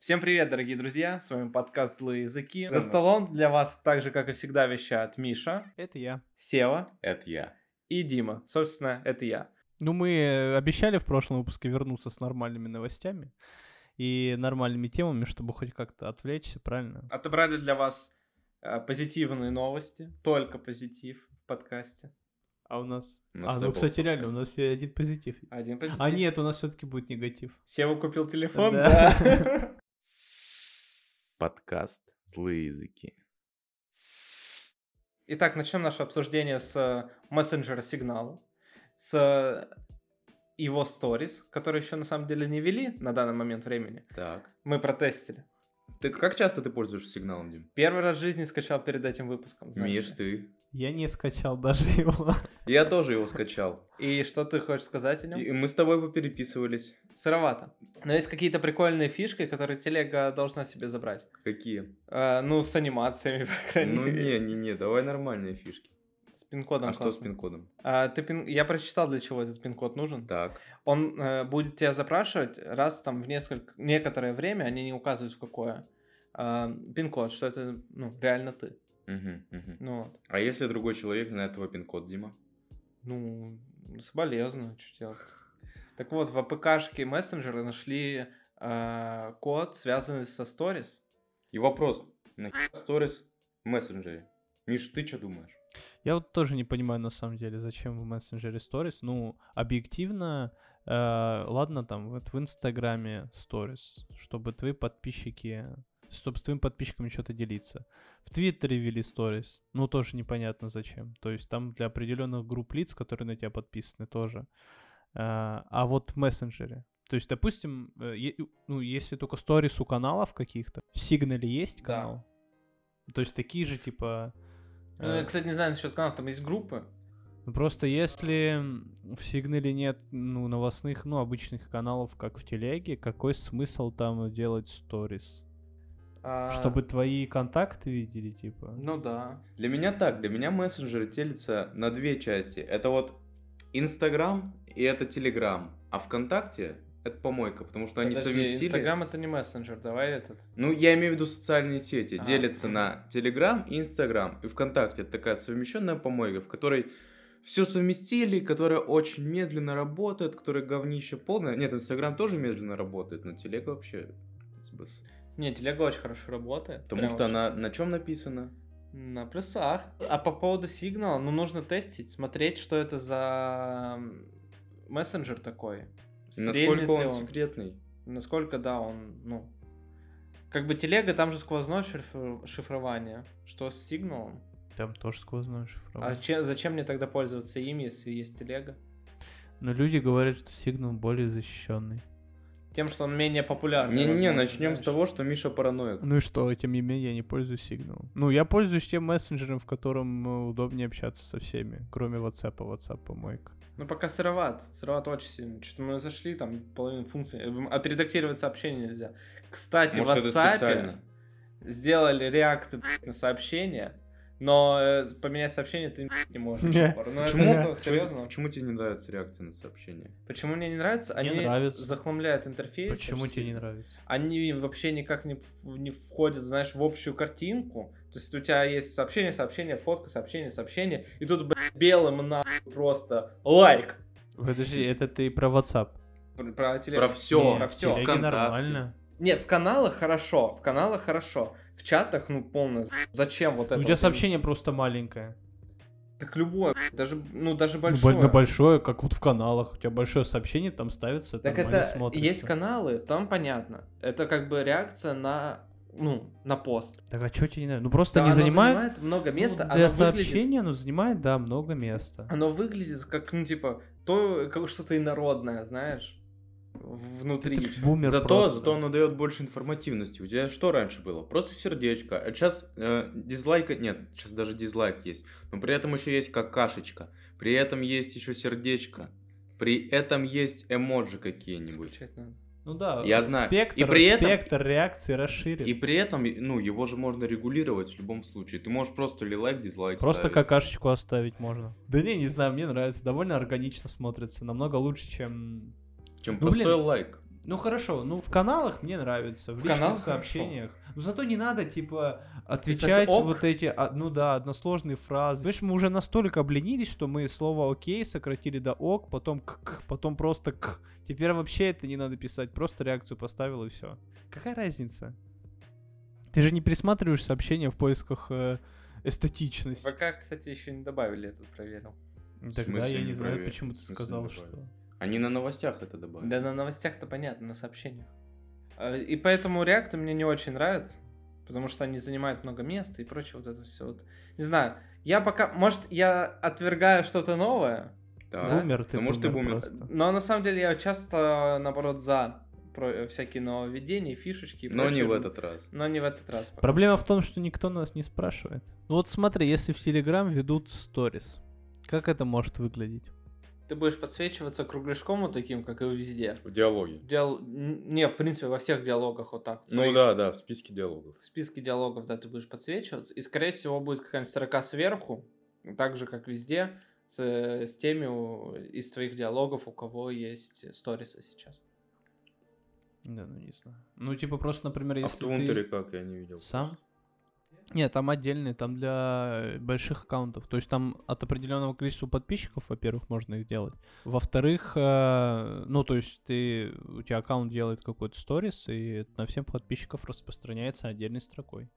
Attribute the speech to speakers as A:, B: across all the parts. A: Всем привет, дорогие друзья! С вами подкаст «Злые языки». За столом для вас, так же, как и всегда, вещают Миша,
B: Это я.
A: Сева
C: Это я.
A: и Дима. Собственно, это я.
B: Ну, мы э, обещали в прошлом выпуске вернуться с нормальными новостями и нормальными темами, чтобы хоть как-то отвлечься, правильно?
A: Отобрали для вас э, позитивные новости, только позитив в подкасте.
B: А у нас...
C: У нас
B: а,
C: не
B: ну,
C: было
B: кстати,
C: пока.
B: реально, у нас э, один позитив.
A: Один позитив.
B: А нет, у нас все таки будет негатив.
A: Сева купил телефон,
B: Да.
A: да.
C: Подкаст «Злые языки».
A: Итак, начнем наше обсуждение с э, мессенджера Сигнал, с э, его сторис, которые еще на самом деле не вели на данный момент времени.
C: Так.
A: Мы протестили.
C: Ты как часто ты пользуешься сигналом, Дим?
A: Первый раз в жизни скачал перед этим выпуском. знаешь
C: Миш,
A: ли.
C: ты.
B: Я не скачал даже его.
C: Я тоже его скачал.
A: И что ты хочешь сказать о нем?
C: И мы с тобой попереписывались.
A: Сыровато. Но есть какие-то прикольные фишки, которые телега должна себе забрать.
C: Какие?
A: Э, ну, с анимациями, по крайней
C: Ну
A: мере.
C: не, не, не, давай нормальные фишки.
A: С пин-кодом
C: А что с
A: классно.
C: пин-кодом?
A: А, ты пин- Я прочитал, для чего этот пин-код нужен.
C: Так.
A: Он э, будет тебя запрашивать раз там в несколько... некоторое время, они не указывают в какое, э, пин-код, что это, ну, реально ты.
C: Мгм, мгм.
A: Ну, вот.
C: А если другой человек знает твой пин-код, Дима?
A: Ну, соболезную, что делать. Так вот, в АПКшке мессенджера нашли э, код, связанный со сторис.
C: И вопрос. На сторис в мессенджере? Миш, ты что думаешь?
B: Я вот тоже не понимаю, на самом деле, зачем в мессенджере сторис. Ну, объективно, э, ладно, там, вот в Инстаграме сторис, чтобы твои подписчики, чтобы с твоими подписчиками что-то делиться. В Твиттере вели сторис, ну, тоже непонятно зачем. То есть там для определенных групп лиц, которые на тебя подписаны тоже. Э, а вот в мессенджере. То есть, допустим, э, е- ну, если только сторис у каналов каких-то, в Сигнале есть
A: Да.
B: канал? То есть такие же, типа...
A: Ну, я,
B: э,
A: кстати, не знаю насчет каналов, там есть группы.
B: ну, Просто если в Сигнале нет ну, новостных, ну, обычных каналов, как в Телеге, какой смысл там делать сторис?
A: а,
B: Чтобы твои контакты видели, типа?
A: Ну да.
C: Для меня так, для меня мессенджеры делятся на две части. Это вот Инстаграм и это Телеграм. А ВКонтакте это помойка, потому что они
A: Подожди,
C: совместили...
A: Инстаграм это не мессенджер, давай этот.
C: Ну, я имею в виду социальные сети.
A: А.
C: Делятся на Телеграм и Инстаграм. И ВКонтакте это такая совмещенная помойка, в которой все совместили, которая очень медленно работает, которая говнище полное. Нет, Инстаграм тоже медленно работает, но телега вообще... сбс.
A: Не, телега очень хорошо работает.
C: Потому
A: прям
C: что
A: очень
C: она
A: сильно.
C: на чем написана?
A: На плюсах. А по поводу сигнала, ну нужно тестить, смотреть, что это за м, мессенджер такой.
C: И
A: Стрельнет
C: насколько он,
A: ли
C: секретный?
A: насколько, да, он, ну... Как бы телега, там же сквозное шифр- шифрование. Что с сигналом?
B: Там тоже сквозное
A: А
B: шифрование.
A: че- зачем мне тогда пользоваться им, если есть телега? А
B: Но люди говорят, что Сигнал более защищенный.
A: Тем, что он менее популярный.
C: Не-не,
A: возможно,
C: начнем с
A: знаешь.
C: того, что Миша параноик.
B: Ну и что, тем не менее, я не пользуюсь Сигналом. Ну, я пользуюсь тем мессенджером, в котором э, удобнее общаться со всеми, кроме WhatsApp. а WhatsApp помойка.
A: Ну, пока сыроват. Сыроват очень сильно. Что-то мы зашли, там половина функций. Эм, Отредактировать сообщение нельзя. Кстати,
C: Может,
A: в
C: это
A: WhatsApp
C: специально.
A: сделали реакты блядь, на сообщение, но э, поменять сообщение ты блядь, не можешь. до сих пор. Ну, это,
C: Почему,
A: ну,
C: почему-
A: серьезно?
C: почему тебе не нравится реакция на сообщение?
A: Почему мне не нравится?
B: Мне
A: Они
B: нравится.
A: захламляют интерфейс.
B: Почему
A: очень
B: тебе не
A: сильно.
B: нравится?
A: Они вообще никак не, в- не входят, знаешь, в общую картинку. То есть у тебя есть сообщение, сообщение, фотка, сообщение, сообщение. И тут, блядь, белым на просто лайк.
B: Подожди, это ты про WhatsApp.
A: Про, про теле-
C: Про все.
A: про всё.
B: Телеге нормально.
A: Не, в каналах хорошо, в каналах хорошо. В чатах, ну, полное. з- Зачем вот это?
B: У тебя
A: вот?
B: сообщение просто маленькое.
A: Так любое, даже, ну, даже
B: Ну,
A: большое.
B: боль- На большое, как вот в каналах. У тебя большое сообщение там ставится,
A: Так
B: нормально
A: это
B: смотрится.
A: есть каналы, там понятно. Это как бы реакция на, ну, на пост.
B: Так а что тебе не нравится? Ну просто
A: Да,
B: не
A: оно
B: занимает...
A: занимает много места,
B: Ну,
A: оно
B: для
A: выглядит-
B: сообщения, но занимает, да, много места.
A: Оно выглядит как, ну, типа, то как что-то инородное, знаешь,
B: Ты,
A: внутри.
B: ты бумер
C: зато,
B: просто.
C: зато оно дает больше информативности. У тебя что раньше было? Просто сердечко. А сейчас э, дизлайка нет, сейчас даже дизлайк есть. Но при этом еще есть какашечка. При этом есть еще сердечко. При этом есть эмоджи какие-нибудь.
A: Включать надо.
B: Ну да,
C: Я знаю.
B: спектр,
C: И при этом-
B: спектр реакции расширен.
C: И при этом, ну, его же можно регулировать в любом случае. Ты можешь просто ли лайк, дизлайк
B: Просто
C: ставить.
B: какашечку оставить можно. Да не, не знаю, мне нравится. Довольно органично смотрится. Намного лучше, чем...
C: Чем
B: Ну, блин.
C: простой лайк.
B: Ну хорошо, ну в каналах мне нравится, в,
A: В
B: личных
A: каналах хорошо.
B: сообщениях. Но зато не надо, типа,
A: Писать
B: отвечать
A: «ок».
B: вот эти, а, ну да, односложные фразы. Знаешь, мы уже настолько обленились, что мы слово «окей» сократили до «ок», потом «к», -к», потом просто «к». Теперь вообще это не надо писать, просто реакцию поставил и все. Какая разница? Ты же не пересматриваешь сообщения в поисках э, эстетичности.
A: ВК, кстати, еще не добавили этот, проверил.
B: Тогда
C: смысле
B: я не
C: не
B: знаю,
C: проверил?
B: почему ты
C: В смысле
B: сказал,
C: не
B: что...
C: проверил? Они на новостях это добавили.
A: Да на новостях-то понятно, на сообщениях. А, И поэтому реакты мне не очень нравятся, потому что они занимают много места и прочее вот это все. Вот. Не знаю, я пока, может, я отвергаю что-то новое,
C: Так.
B: Бумер ты,
C: Потому что ты
B: бумер
C: бумер.
B: просто.
A: но на самом деле я часто, наоборот, за про- всякие нововведения, фишечки. и
C: Но
A: прочее.
C: не
A: ну,
C: в этот раз.
A: Но не в этот раз. пока
B: Проблема
A: что.
B: в том, что никто нас не спрашивает. Ну вот смотри, если в Телеграм ведут сторис, как это может выглядеть?
A: Ты будешь подсвечиваться кругляшком вот таким, как и везде.
C: В диалоге.
A: Диал... н- Не, в принципе, во всех диалогах вот так.
C: Ну
A: Своих-
C: да, да, в списке диалогов.
A: в списке диалогов, да, ты будешь подсвечиваться, и, скорее всего, будет какая-нибудь строка сверху, так же, как везде, с, э, с теми у- из твоих диалогов, у кого есть сторисы сейчас.
B: Да, ну не знаю. Ну типа просто, например,
C: А
B: если
C: в
B: ты
C: Твунтере как я не видел.
B: сам... Нет, там отдельные, там для э, больших аккаунтов. То есть там от определенного количества подписчиков, во-первых, можно их делать. Во-вторых, э, ну то есть ты, у тебя аккаунт делает какой-то сторис, и на всех подписчиков распространяется отдельной строкой.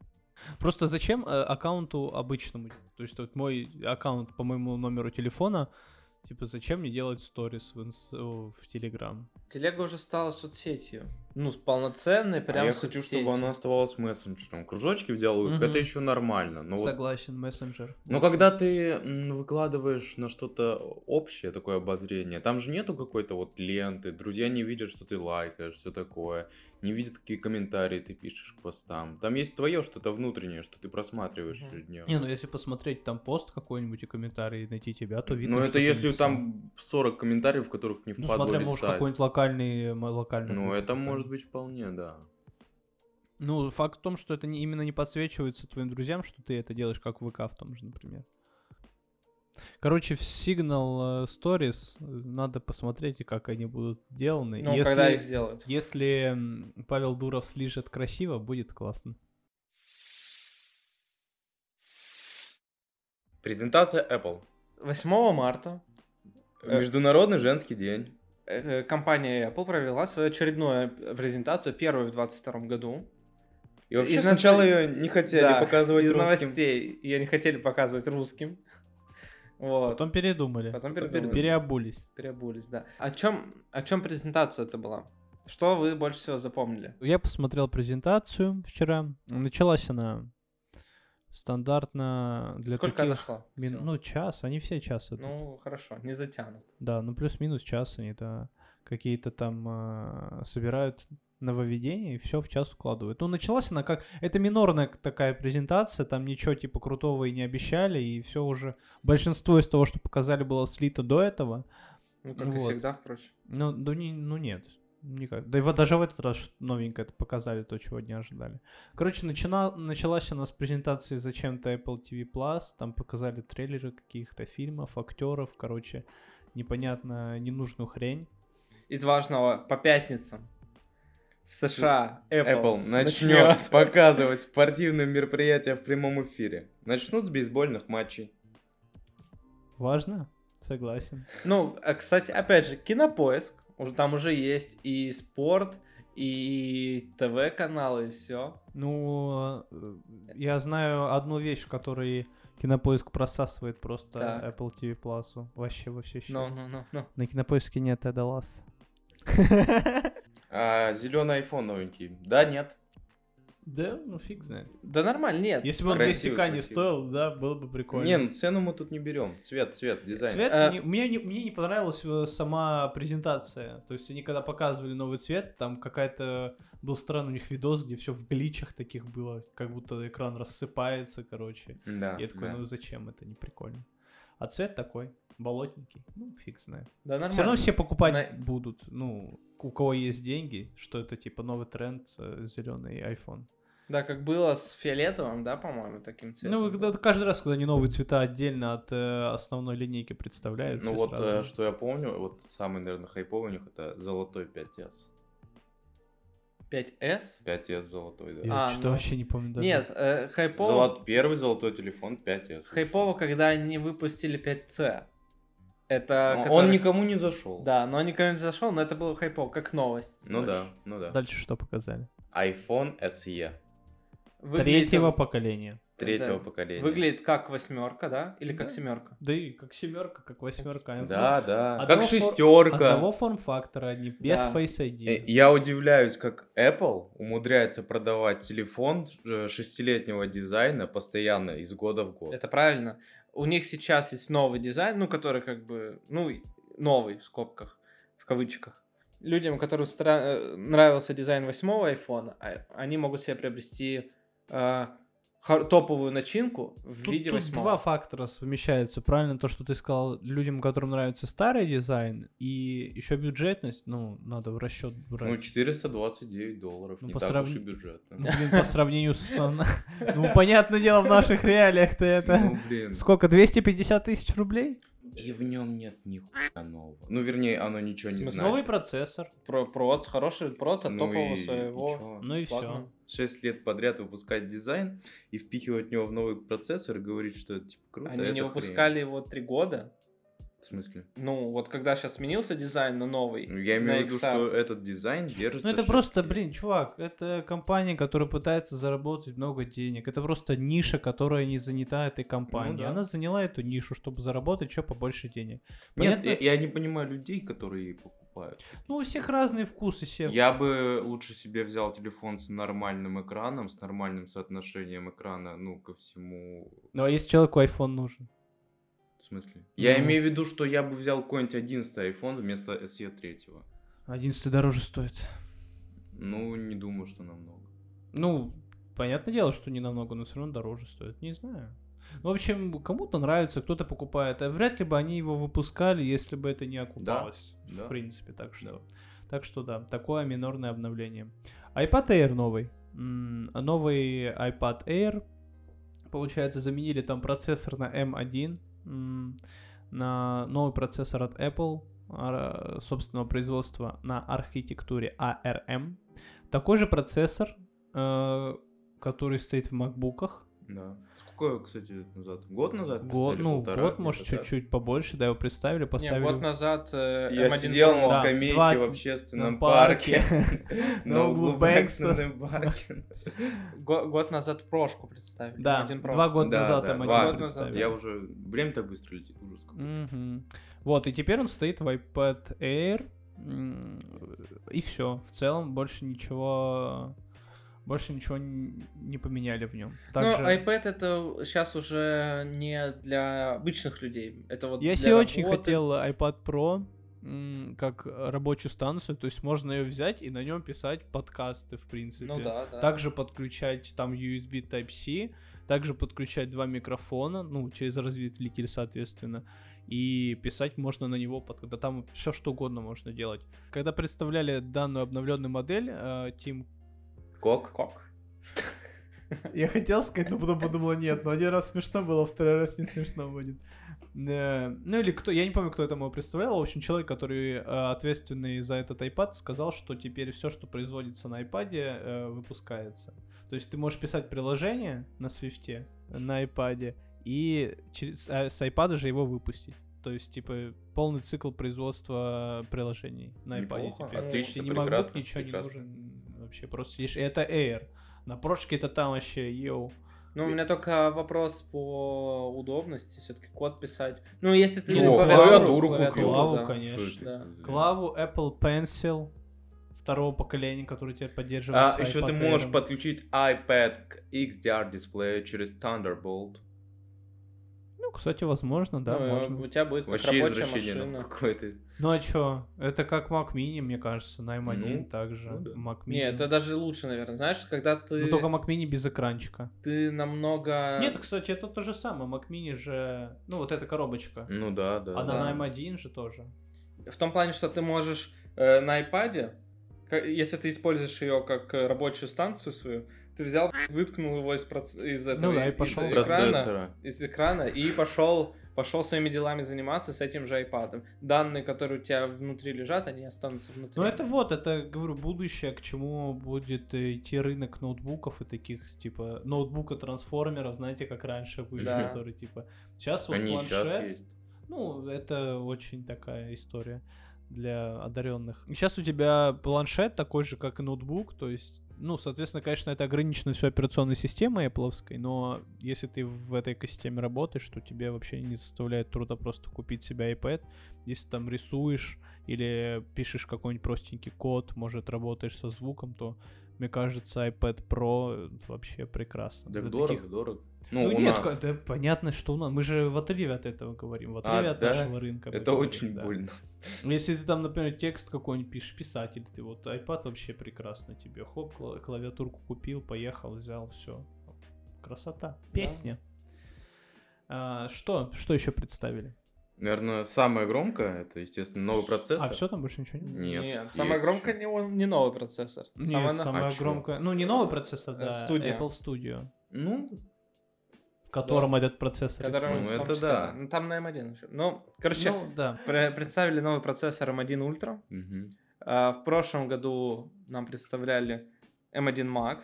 B: Просто зачем э, аккаунту обычному? То есть вот мой аккаунт по моему номеру телефона, типа зачем мне делать сторис в, инс- о, в Телеграм?
A: Телега уже стала соцсетью. Ну, с полноценной,
C: А
A: прям
C: я
A: соцсетью.
C: хочу, чтобы она оставалась мессенджером. Кружочки в диалогах
B: Мгм.
C: это еще нормально. Но, Ну вот-
B: Согласен, мессенджер.
C: но когда ты м, выкладываешь на что-то общее такое обозрение, там же нету какой-то вот ленты, друзья не видят, что ты лайкаешь, все такое, не видят, какие комментарии ты пишешь к постам. Там есть твое что-то внутреннее, что ты просматриваешь
A: Мгм.
C: ежедневно.
B: Не, ну если посмотреть там пост какой-нибудь и комментарий и найти тебя, то видно.
C: Ну,
B: что
C: это
B: ты
C: если
B: написал.
C: там 40 комментариев, в которых не
B: Ну,
C: впадло
B: смотря, может,
C: листать.
B: какой-нибудь локальный, э, м,
A: Э,
B: локальный.
C: ну,
B: какой-то
C: это
B: там.
C: может быть вполне, да.
B: Ну, факт в том, что это не- именно не подсвечивается твоим друзьям, что ты это делаешь, как в ВК в том же, например. Короче, в Signal э, Stories э, надо посмотреть, и как они будут сделаны.
A: Ну,
B: если,
A: когда их сделают.
B: если м, Павел Дуров слижет красиво, будет классно.
C: Презентация Apple.
A: 8 марта Э.
C: Международный женский день.
A: э, компания Apple провела свою очередную презентацию, первую в 2022 году.
C: И вообще
A: Из нас- э,
C: сначала ее не хотели
A: Да,
C: показывать
A: Из
C: русским.
A: новостей ее не хотели показывать русским. Вот.
B: Потом передумали.
A: Потом
C: потом
A: передумали.
B: Переобулись.
A: Переобулись, да. О чем, о чем презентация это была? Что вы больше всего запомнили?
B: Я посмотрел презентацию вчера. Началась она стандартно для
A: Сколько
B: таких
A: она шла?
B: мин-
A: Всё.
B: Ну, час, они все час. идут.
A: Ну, хорошо, не затянут.
B: Да, ну плюс-минус час они то какие-то там а, собирают нововведения и все в час укладывают. Ну, началась она как... Это минорная к- такая презентация, там ничего типа крутого и не обещали, и все уже... Большинство из того, что показали, было слито до этого.
A: Ну, как и
B: Вот.
A: всегда, впрочем.
B: Ну, да не, ну нет, никак. Да и вот даже в этот раз что-то новенькое это показали, то, чего не ожидали. Короче, начина... началась она с презентации зачем-то Apple TV+, там показали трейлеры каких-то фильмов, актеров, короче, непонятно, ненужную хрень.
A: Из важного, по пятницам в США Apple,
C: Apple начнет показывать спортивные мероприятия в прямом эфире. Начнут с бейсбольных матчей.
B: Важно? Согласен.
A: Ну, а, кстати, опять же, Кинопоиск, уже там уже есть и спорт, и ТВ-каналы, и все.
B: Ну, э, я знаю одну вещь, в которой Кинопоиск просасывает просто
A: Так.
B: Apple TV Plus. Вообще во все щели.
A: Ну, ну, ну, ну.
B: На Кинопоиске нет Эда Ласса.
C: А зеленый iPhone новенький. Да, нет.
B: Да, ну фиг знает.
A: Да нормально, нет.
B: Если бы он 200
C: Красивый,
B: к не
C: красивый.
B: стоил, да, было бы прикольно.
C: Не, ну цену мы тут не берем. Цвет, цвет, дизайн.
B: Цвет,
A: Э,
B: не- мне, не, мне не понравилась э, сама презентация. То есть они когда показывали новый цвет, там какая-то был странный у них видос, где все в гличах таких было, как будто экран рассыпается, короче.
C: Да,
B: Я такой,
C: да.
B: ну зачем это, не прикольно. А цвет такой, болотненький, ну фиг знает.
A: Да нормально.
B: Все равно все покупать
A: На-
B: будут, ну, у кого есть деньги, что это типа новый тренд, зеленый iPhone.
A: Да, как было с фиолетовым, да, по-моему, таким цветом.
B: Ну, когда- каждый раз, когда они новые цвета отдельно от э, основной линейки представляют,
C: Ну
B: всё
A: э,
C: вот,
B: сразу.
C: э, что я помню, вот самый, наверное, хайповый у них это золотой 5S.
A: 5S?
C: 5S золотой, да.
B: Я
A: А,
B: что-то
A: ну.
B: вообще не помню даже.
A: Нет, э, хайпово,
C: Золот- Первый золотой телефон 5S.
A: хайпово, когда они выпустили 5C. Это
C: Но
A: который-
C: Ну, Он никому не зашел.
A: Да, но он никому не зашел, но это было хайпово, как новость.
C: Ну да,
A: Короче.
C: ну да.
B: Дальше что показали?
C: iPhone SE.
A: Выглядит
B: Третьего
A: он-
B: поколения.
C: Третьего
A: Да.
C: поколения.
A: Выглядит как восьмерка, да? Или как
B: Да.
A: семерка?
B: Да и как семерка, как восьмерка.
C: Да, да.
B: ну, Одного
C: Как
B: фор- Одного
C: шестерка.
B: форм-фактора, одни без
A: Да.
B: Face
C: Э,
B: ID.
C: Я удивляюсь, как Apple умудряется продавать телефон э, шестилетнего дизайна постоянно из года в год.
A: Это правильно. У них сейчас есть новый дизайн, ну, который как бы, ну, и новый в скобках, в кавычках. Людям, которым стра- э, нравился дизайн восьмого айфона, а- они могут себе приобрести э, хор- топовую начинку в
B: Тут,
A: виде
B: тут два
A: восьмого.
B: фактора совмещаются. Правильно то, что ты сказал, людям, которым нравится старый дизайн, и еще бюджетность, ну, надо в расчет брать.
C: Ну, 429 долларов,
B: Ну,
C: не
B: по
C: так
B: срав-
C: уж и бюджетно.
B: Ну, блин, по сравнению с основным... Ну, понятное дело, в наших реалиях-то это...
C: Ну, блин.
B: Сколько, 250 тысяч рублей?
C: И в нем нет нихуя нового. Ну, вернее, оно ничего не
B: Новый
C: значит.
B: процессор.
A: Про проц, хороший проц от
C: Ну
A: топового
C: и- и
A: своего.
C: чё?
B: Ну и все.
A: флагмана.
C: 6 лет подряд выпускать дизайн и впихивать в него в новый процессор и говорить, что это типа круто.
A: Они
C: это
A: не
C: хрень.
A: выпускали его три года.
C: В смысле?
A: Ну, вот когда сейчас сменился дизайн на новый.
C: Ну, Я
A: на
C: имею в виду,
A: XR.
C: что этот дизайн держится.
B: Ну это
C: шесть
B: просто,
C: лет.
B: блин, чувак, это компания, которая пытается заработать много денег. Это просто ниша, которая не занята этой компанией.
C: Ну да.
B: Она заняла эту нишу, чтобы заработать еще побольше денег.
C: Нет,
B: Понятно?
C: я, я не понимаю людей, которые покупают.
B: Ну, у всех разные вкусы все.
C: Я бы лучше себе взял телефон с нормальным экраном, с нормальным соотношением экрана, ну, ко всему.
B: Ну, а если человеку iPhone нужен?
C: В смысле? Я
B: Ну.
C: имею в виду, что я бы взял какой-нибудь 11 iPhone вместо SE 3.
B: 11 дороже стоит.
C: Ну, не думаю, что намного.
B: Ну, понятное дело, что не намного, но все равно дороже стоит. Не знаю. Ну, в общем, кому-то нравится, кто-то покупает. А вряд ли бы они его выпускали, если бы это не окупалось. в
C: да.
B: принципе, так что. Так что да, такое минорное обновление. iPad Air новый. М, Новый iPad Air. Получается, заменили там процессор на M1. м, На новый процессор от Apple ара- собственного производства на архитектуре ARM. Такой же процессор, э, который стоит в макбуках.
C: Да. Сколько, кстати, лет назад? Год назад?
B: Год,
C: представили?
B: ну,
C: Полтора
B: год,
C: где-то,
B: может,
C: да?
B: чуть-чуть побольше, да, его представили,
A: Не,
B: поставили.
A: год назад э,
C: Я
A: M1
C: сидел
A: Pro.
C: на
B: Да,
C: скамейке
B: два
C: в общественном
B: на парке.
C: парке. На углу Бэкстона парке.
A: Го- год назад прошку представили.
B: Да,
A: M1 Pro.
B: два года
C: Да,
B: назад
C: да,
B: там
C: два
B: они
A: года назад.
B: представили.
C: Я уже... Время так быстро летит, ужас какой.
B: Мгм. Вот, и теперь он стоит в iPad Air. М, И все. В целом больше ничего. Больше ничего н- не поменяли в нем.
A: Ну, iPad это сейчас уже не для обычных людей. Это вот
B: Я
A: для
B: себе очень
A: работы.
B: хотел iPad Pro м, как рабочую станцию, то есть можно ее взять и на нем писать подкасты, в принципе.
A: Ну да, да.
B: Также подключать там USB Type-C, также подключать два микрофона, ну, через разветвитель, соответственно. И писать можно на него, под- да там все что угодно можно делать. Когда представляли данную обновленную модель, э, Тим...
C: Кок?
A: Кок.
B: Я хотел сказать, но потом подумал, нет, но один раз смешно было, второй раз не смешно будет. Э, Ну или кто, я не помню, кто это ему представлял, в общем, человек, который э, ответственный за этот iPad, сказал, что теперь все, что производится на iPad, э, выпускается. То есть ты можешь писать приложение на Swift, э, на iPad, и через, а с iPad же его выпустить. То есть, типа, полный цикл производства приложений на iPad.
C: Неплохо,
B: теперь.
C: отлично,
B: Тебе не
C: прекрасно,
B: MacBook, ничего
C: прекрасно.
B: не нужен вообще. Просто сидишь. И Это Air. На прошке это там вообще, йоу.
A: Ну, у меня только вопрос по удобности. Все-таки код писать. Ну, если ты
B: Ну,
C: клавиатуру купил.
B: Клаву,
A: да.
B: конечно.
C: Что это
A: Да.
C: за-
B: Клаву Apple Pencil второго поколения, который тебя поддерживает.
C: А,
B: с
C: еще ты
B: iPad
C: можешь
B: Air'ом.
C: подключить iPad к XDR дисплею через Thunderbolt.
B: Ну, кстати, возможно, да,
A: Ну, э,
B: можно.
A: У тебя будет как
C: Вообще
A: рабочая
C: извращение ну,
A: машина.
C: какое-то.
B: Ну а чё? Это как Mac Mini, мне кажется, на M1
C: Ну,
B: также.
C: ну да.
B: Mac Mini.
A: Не, это даже лучше, наверное. Знаешь, когда ты,
B: Ну только Mac Mini без экранчика.
A: ты
C: А.
A: намного...
B: Нет, кстати, это то же самое. Mac Mini же... Ну вот эта коробочка.
C: Ну да, да.
B: А
A: да.
B: на M1 же тоже.
A: В том плане, что ты можешь э, на iPad Ка- Если ты используешь ее как э, рабочую станцию свою, ты взял, выткнул его из, проц- из этого
B: Ну да, и
A: из
B: пошёл.
A: экрана,
C: Процессора.
A: из экрана и пошел пошел своими делами заниматься с этим же айпадом. Данные, которые у тебя внутри лежат, они останутся внутри.
B: Ну это вот, это, говорю, будущее, к чему будет э, идти рынок ноутбуков и таких, типа, ноутбука-трансформеров, знаете, как раньше были,
A: Да.
B: которые, типа, сейчас вот
C: Они и
B: планшет,
C: сейчас есть.
B: ну, это очень такая история для одаренных. Сейчас у тебя планшет такой же, как и ноутбук, то есть, ну, соответственно, конечно, это ограничено все операционной системой Apple, но если ты в этой экосистеме работаешь, то тебе вообще не составляет труда просто купить себе iPad, если там рисуешь или пишешь какой-нибудь простенький код, может, работаешь со звуком, то мне кажется, iPad Pro вообще прекрасно.
C: Так
B: Для
C: дорого,
B: таких-
C: дорого.
B: ну,
C: Ну, у
B: нет,
C: нас.
B: ка- да, понятно, что у нас. Мы же в отрыве от этого говорим. В отрыве от
C: да?
B: нашего рынка. мы
C: Это
B: говорим,
C: очень
B: да. Ну,
C: больно.
B: Если ты там, например, текст какой-нибудь пишешь, писатель, ты вот iPad вообще прекрасно тебе. Хоп, кла- клавиатурку купил, поехал, взял, все. Красота. Песня. А, что? Что еще представили?
C: Наверное, самое громкое, это, естественно, новый процессор.
B: А все там больше ничего нет?
C: Нет.
A: Нет,
C: есть
A: самое громкое
C: ещё.
A: не, он- не новый процессор.
B: Нет,
A: Самое
B: самое,
A: на-
C: А чё?
B: громкое. Ну, не новый процессор,
A: Э,
B: да.
A: студия.
B: Apple Studio,
C: Ну,
B: в котором этот процессор.
A: которое
C: Ну,
A: в
B: используется.
A: том
C: это
A: числе,
C: да.
A: Ну, Там на M1 еще. Ну, короче,
B: Ну, да.
A: пре- представили новый процессор M1 Ultra.
C: мгм.
A: А, В прошлом году нам представляли M1 Max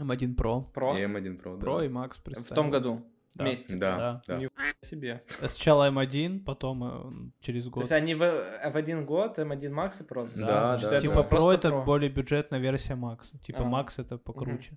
B: M1 Pro.
A: Pro
C: И M1 Pro, да.
B: Pro и Max
A: в
B: представили.
A: том году
B: Да.
A: вместе.
C: Да,
B: Да.
C: да.
A: Не себе.
B: Сначала М1, потом э, через
A: То
B: год.
A: есть они в, э, в один год M1 Max и Pro.
C: Да,
A: запускают, что
C: да,
A: это
B: типа Pro
A: просто
B: это более бюджетная версия Макса. Типа
A: А.
B: Макс это покруче.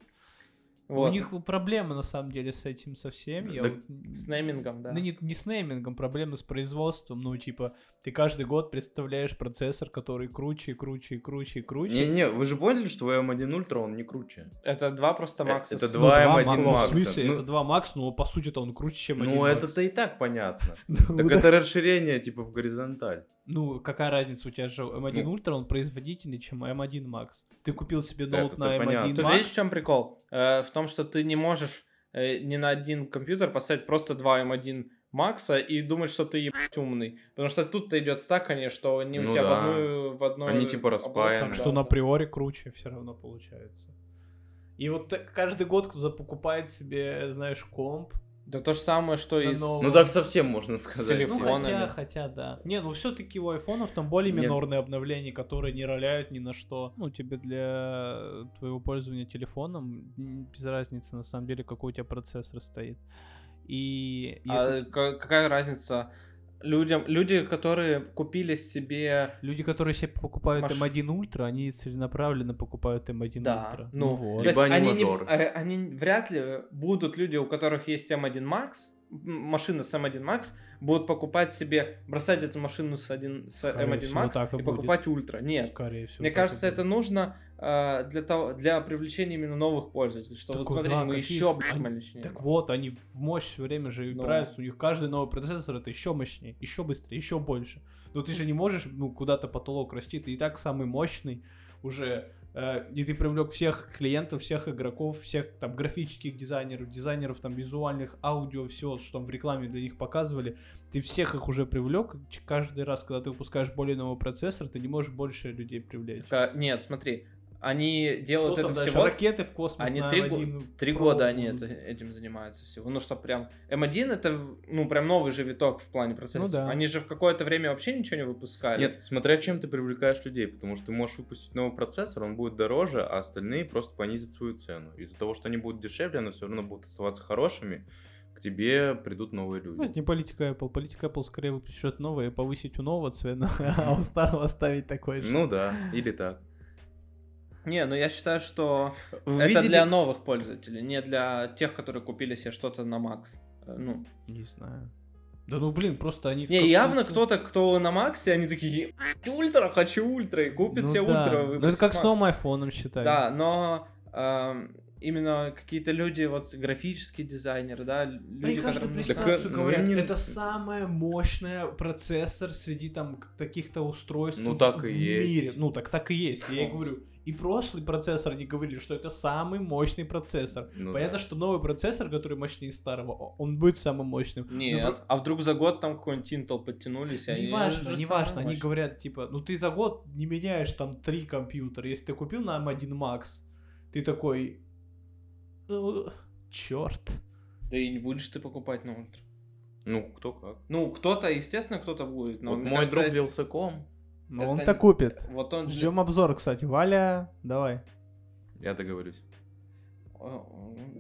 A: Вот.
B: У них проблемы на самом деле с этим совсем. Я
C: Да,
B: вот-
A: с неймингом, да.
B: Ну, не, не с неймингом, проблемы с производством. Ну, типа, ты каждый год представляешь процессор, который круче, и круче, и круче, и круче.
C: Не-не, вы же поняли, что M1 Ultra, он не круче.
A: Это два просто
C: Э,
A: Макса.
C: это
A: с-
B: Ну,
C: два
B: два
C: M1
B: Макса. Ну,
C: Макса.
B: В смысле,
C: Ну-
B: это 2 Макс, но по сути-то он круче, чем один
C: Ну,
B: Макс.
C: это-то и так понятно.
B: Ну,
C: Так
B: да.
C: это расширение, типа, в горизонталь.
B: Ну, какая разница, у тебя же M1
C: Ну.
B: Ultra, он производительнее, чем M1 Max. Ты купил себе
C: Да,
B: ноут
C: это
B: на эм M1
C: понятно.
A: Тут
B: Max.
A: видишь, в чем прикол? Э, в том, что ты не можешь э, ни на один компьютер поставить просто два M1 Макса и думать, что ты ебать умный. Потому что тут-то идет стакание, что они у
C: Ну
A: тебя
C: да.
A: в одну в одной
C: Они типа
A: облако,
C: распаяны.
B: Так
A: да,
B: что на
A: да.
B: априори круче все равно получается. И вот так каждый год кто-то покупает себе, знаешь, комп.
A: Да то же самое, что
B: На
A: и с...
B: новом.
C: Ну, так совсем можно сказать.
B: Ну,
A: телефон. Телефонами.
B: хотя, хотя, да. Не, ну все-таки у айфонов там более
C: Нет.
B: минорные обновления, которые не роляют ни на что. Ну, тебе для твоего пользования телефоном м, без разницы, на самом деле, какой у тебя процессор стоит. И
A: А
B: если...
A: ка- какая разница? Людям, люди, которые купили себе...
B: Люди, которые себе покупают
A: Маш-
B: M1 Ultra, они целенаправленно покупают эм M1
A: Да,
B: Ultra.
A: ну,
B: вот.
A: То
C: Либо
A: есть
C: они
A: они, не-
C: мажоры.
A: э, они вряд ли будут люди, у которых есть М1 Max, м, машина с М1 Max, будут покупать себе, бросать эту машину с, один, с
B: Скорее
A: М1
B: всего,
A: Max
B: так и
A: и
B: будет.
A: покупать Ультра. Нет.
B: Скорее всего.
A: Мне
B: так и
A: кажется,
B: будет.
A: это нужно э, для, того, для привлечения именно новых пользователей. Что
B: Так
A: вот
B: вот,
A: смотрите,
B: да,
A: мы
B: какие-
A: еще, блядь,
B: они-
A: мощнее.
B: Так вот, они в мощь все время же
A: Ну.
B: играются, у них каждый новый процессор это еще мощнее, еще быстрее, еще больше. Но ты же не можешь, ну, куда-то потолок расти, ты и так самый мощный уже, э, и ты привлек всех клиентов, всех игроков, всех там графических дизайнеров, дизайнеров там визуальных, аудио, всего, что там в рекламе для них показывали, ты всех их уже привлек, и ч- каждый раз, когда ты выпускаешь более новый процессор, ты не можешь больше людей привлечь.
A: Так, а, Нет, смотри, они
B: Что
A: делают
B: там
A: это
B: дальше?
A: всего...
B: ракеты в космос
A: Они
B: на
A: три, го-
B: M1
A: три
B: Pro
A: года они
B: будут.
A: это- этим занимаются всего. Ну что прям... М1 это, ну, прям новый же виток в плане процесса.
B: Ну да.
A: Они же в какое-то время вообще ничего не выпускали.
C: Нет, смотря чем ты привлекаешь людей, потому что ты можешь выпустить новый процессор, он будет дороже, а остальные просто понизят свою цену. Из-за того, что они будут дешевле, но все равно будут оставаться хорошими, к тебе придут новые
B: Ну, это
C: люди.
B: не политика Apple. Политика Apple скорее выпустить что-то новое и повысить у нового цену, а у старого оставить такой же.
C: Ну да, или так.
A: Не, ну я считаю, что
C: Вы
A: это
C: видели-
A: для новых пользователей, не для тех, которые купили себе что-то на Макс. Э, Ну,
B: Не знаю. Да ну блин, просто они... в
A: не,
B: каком-
A: явно кто-то, кто на Максе, они такие, «Ебать, ультра, хочу ультра, и купит
B: Ну
A: себе
B: да.
A: ультра.
B: Ну это
A: выпустит
B: как с
A: Макс.
B: новым айфоном считай.
A: Да, но эм, именно какие-то люди, вот графические дизайнеры, да, люди,
B: каждую
A: которым нужна-
C: Так, презентацию э, ну, говорят, не-
B: это самое мощное процессор среди там каких-то устройств
C: Ну,
B: в-
C: так и
B: в
C: есть.
B: мире. Ну так так и есть. Я и говорю, и прошлый процессор не говорили, что это самый мощный процессор.
C: Ну
B: Понятно,
C: да.
B: что новый процессор, который мощнее старого, о- он будет самым мощным.
A: Нет,
B: Ну,
A: а вдруг за год там какой-нибудь Intel подтянулись, а
B: Не
A: они
B: важно,
A: уже
B: не
A: самые
B: важно. Они
A: мощные.
B: говорят, типа, ну ты за год не меняешь там три компьютера. Если ты купил на M1 Max, ты такой, ну, черт.
A: Да и не будешь ты покупать на ультра.
C: Ну, кто как.
A: Ну, кто-то, естественно, кто-то будет. Но
C: вот
A: мне
C: мой
A: кажется,
C: друг Вилсаком.
B: Но
A: Это
B: он-то
A: не-
B: Ну, купит.
A: Вот он же...
B: Ждем обзор, кстати. Валя, давай.
C: Я договорюсь.
A: Э,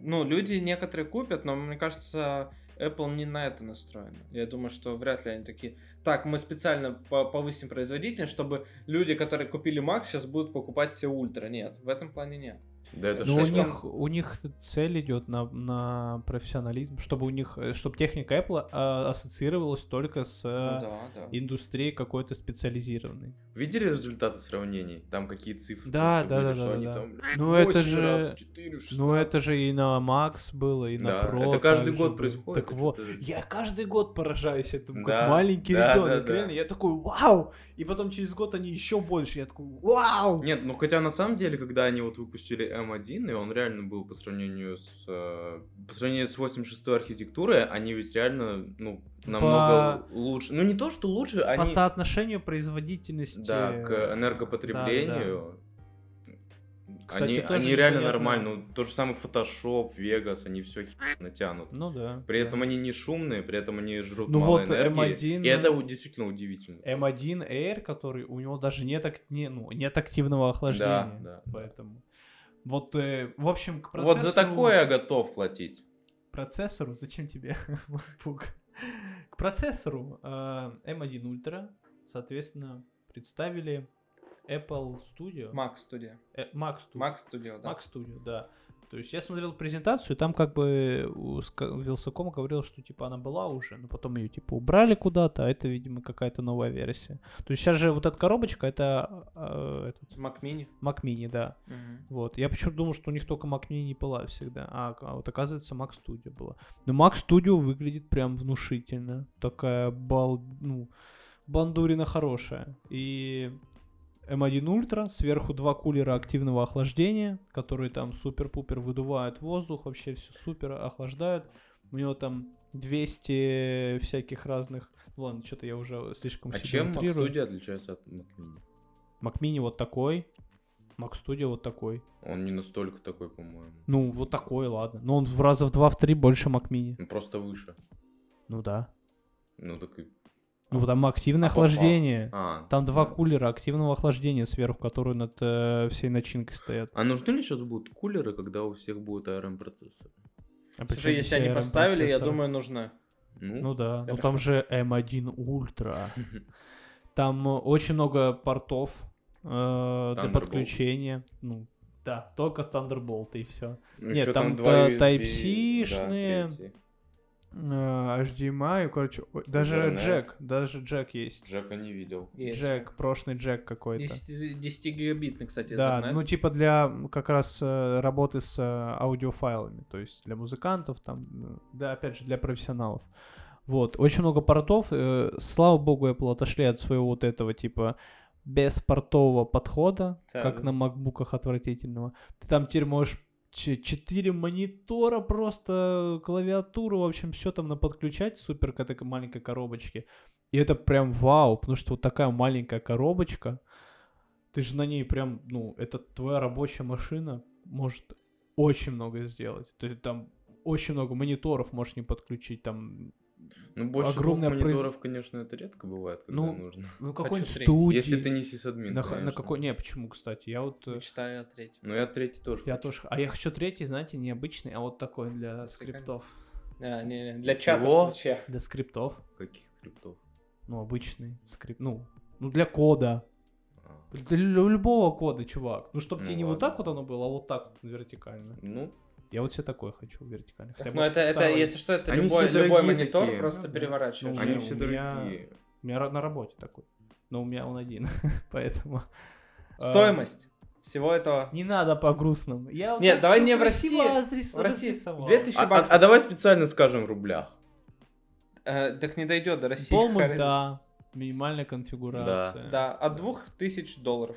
A: Ну, люди некоторые купят, но мне кажется, Apple не на это настроена. Я думаю, что вряд ли они такие. Так, мы специально по- повысим производительность, чтобы люди, которые купили Mac, сейчас будут покупать все ультра. Нет, в этом плане нет.
C: Да
A: Ну,
C: это ж
B: Но у
C: слишком-
B: них, у них цель идет на, на профессионализм, чтобы у них, чтобы техника Apple э, ассоциировалась только с э,
A: Ну да, да.
B: индустрией какой-то специализированной.
C: Видели результаты сравнений? Там какие цифры
B: Да,
C: просто
B: да,
C: были,
B: да,
C: что
B: да,
C: они
B: да.
C: там
B: Ну, это
C: 8
B: же-
C: раз, 4 в 16.
B: Ну это же и на Max было, и на
C: Да,
B: Pro.
C: это каждый
B: также
C: год
B: было.
C: происходит.
B: Так
C: это
B: вот,
C: что-то-
B: я каждый год поражаюсь этому, как
C: Да,
B: маленький
C: да,
B: ребенок,
C: да, да.
B: реально. Я такой, вау! И потом через год они еще больше. Я такой, вау!
C: Нет, ну хотя на самом деле, когда они вот выпустили M1, и он реально был по сравнению с... э, По сравнению с 86-й архитектурой, они ведь реально, ну, намного лучше. Ну не то, что лучше,
B: По
C: они...
B: соотношению производительности.
C: Да, к э,
B: Да, да.
C: энергопотреблению.
B: Кстати,
C: они,
B: тоже
C: они реально
B: непонятно.
C: нормально. Ну, То же самое Photoshop, Vegas, они все натянут.
B: Ну да.
C: При этом они не шумные, при этом они жрут
B: Ну
C: мало
B: вот
C: энергии.
B: M1
C: И это у- действительно удивительно.
B: M1 Air, который у него даже нет, ак- не, ну, нет активного охлаждения.
C: да, да.
B: Поэтому. Вот, э, в общем, к процессору...
C: Вот за такое я готов платить.
B: процессору, зачем тебе MacBook? К процессору э, M1 Ultra, соответственно, представили Apple Studio,
A: Mac Studio.
B: э, Mac Studio,
A: Mac Studio, да.
B: Mac Studio, да. То есть я смотрел презентацию, и там как бы э, у Ска- Вилсаком говорил, что типа она была уже, но потом ее типа убрали куда-то, а это, видимо, какая-то новая версия. То есть сейчас же вот эта коробочка, это э, этот,
A: Mac Mini.
B: Mac Mini, да.
A: Мгм.
B: Вот. Я почему-то думал, что у них только Mac Mini была всегда. А, а вот оказывается, Mac Studio была. Но Mac Studio выглядит прям внушительно. Такая бал... ну, бандурина хорошая. И M1 Ultra, сверху два кулера активного охлаждения, которые там супер-пупер выдувают воздух, вообще все супер, охлаждают. У него там 200 всяких разных... Ладно, что-то я уже слишком
C: А
B: сильно
C: чем Mac
B: утрирую.
C: Studio отличается от Mac Mini?
B: Mac Mini вот такой, Mac Studio вот такой.
C: Он не настолько такой, по-моему.
B: Ну, вот такой, ладно. Но он в раза в два, в три больше Mac Mini.
C: Он просто выше.
B: Ну да.
C: Ну так и...
B: Ну, там активное
C: А по фа-
B: охлаждение.
C: А,
B: Там два
C: да.
B: кулера активного охлаждения сверху, которые над э, всей начинкой стоят.
C: А нужны ли сейчас будут кулеры, когда у всех будет ARM процессор?
B: А причём
A: Слушай,
B: здесь
A: если они
B: ARM
A: поставили, я
B: процессоры?
A: думаю, нужна.
B: Ну да, ну
A: Хорошо.
B: там же M1 Ultra. Там э, очень много портов э, для
C: Thunderbolt.
B: подключения. Ну, да, только Thunderbolt и все.
C: Ну,
B: Нет,
C: ещё
B: там
C: два
B: та-
C: USB,
B: Type-C-шные.
C: да, третий.
B: Э, HDMI, эм короче, ой, даже
C: Ethernet.
B: джек, даже джек есть.
C: Джека не видел.
A: Есть.
B: Джек, прошлый джек какой-то.
A: 10 10-гигабитный, кстати,
B: Да,
A: Ethernet.
B: ну типа для м, как раз э, работы с э, аудиофайлами, то есть для музыкантов, там, э, да, опять же, для профессионалов. Вот, очень много портов. э, слава богу, Apple отошли от своего вот этого типа беспортового подхода,
A: Да,
B: как
A: да.
B: на макбуках отвратительного. Ты там теперь можешь 4 монитора просто, клавиатуру, в общем, все там наподключать, супер к этой маленькой коробочке. И это прям вау, потому что вот такая маленькая коробочка, ты же на ней прям, ну, это твоя рабочая машина может очень многое сделать. Ты там очень много мониторов можешь не подключить, там,
C: Ну, больше двух
B: Огромное произ-
C: мониторов, конечно, это редко бывает, когда
B: Ну,
C: нужно.
B: ну,
A: Хочу
B: какой-нибудь
A: третий.
B: студии.
C: Если ты не сисадмин,
B: на, х- на
C: конечно.
B: какой... Не, почему, кстати? Я вот... э,
A: Мечтаю о третьем.
C: Ну, я третий тоже.
B: Я тоже... х- А я хочу третий, знаете, необычный, а вот такой для скриптов.
A: Да, А, не, не, для чата
C: Чего?
A: в Твиче.
B: Для скриптов.
C: Каких криптов?
B: Ну, обычный скрипт. Ну, ну для кода.
C: А.
B: Для лю- любого кода, чувак. Ну, чтобы
C: Ну,
B: тебе не вот
C: ладно.
B: так вот оно было, а вот так вот вертикально.
C: Ну,
B: Я вот себе такой хочу вертикально. Хотя бы
A: Ну, это, это,
B: второй.
A: если что, это
C: Они
A: любой,
C: все
A: любой
C: дорогие
A: монитор,
C: такие.
A: просто
B: Ну, да.
A: переворачиваешь.
B: Ну,
C: они
B: у
C: все
B: меня-
C: дорогие.
B: У меня ра- на работе такой. Но у меня он один, поэтому... э,
A: Стоимость всего этого.
B: Не надо по-грустному. Я вот
A: Нет,
B: так
A: давай
B: всё
A: не в
B: красиво
A: России.
B: разрис-
A: В России
B: разрисовал.
A: 2000
C: А, а-
A: баксов.
C: а давай специально скажем в рублях.
A: Э, так не дойдет до России.
B: Полмульта,
A: да.
B: минимальная конфигурация.
A: Да, от 2000 долларов.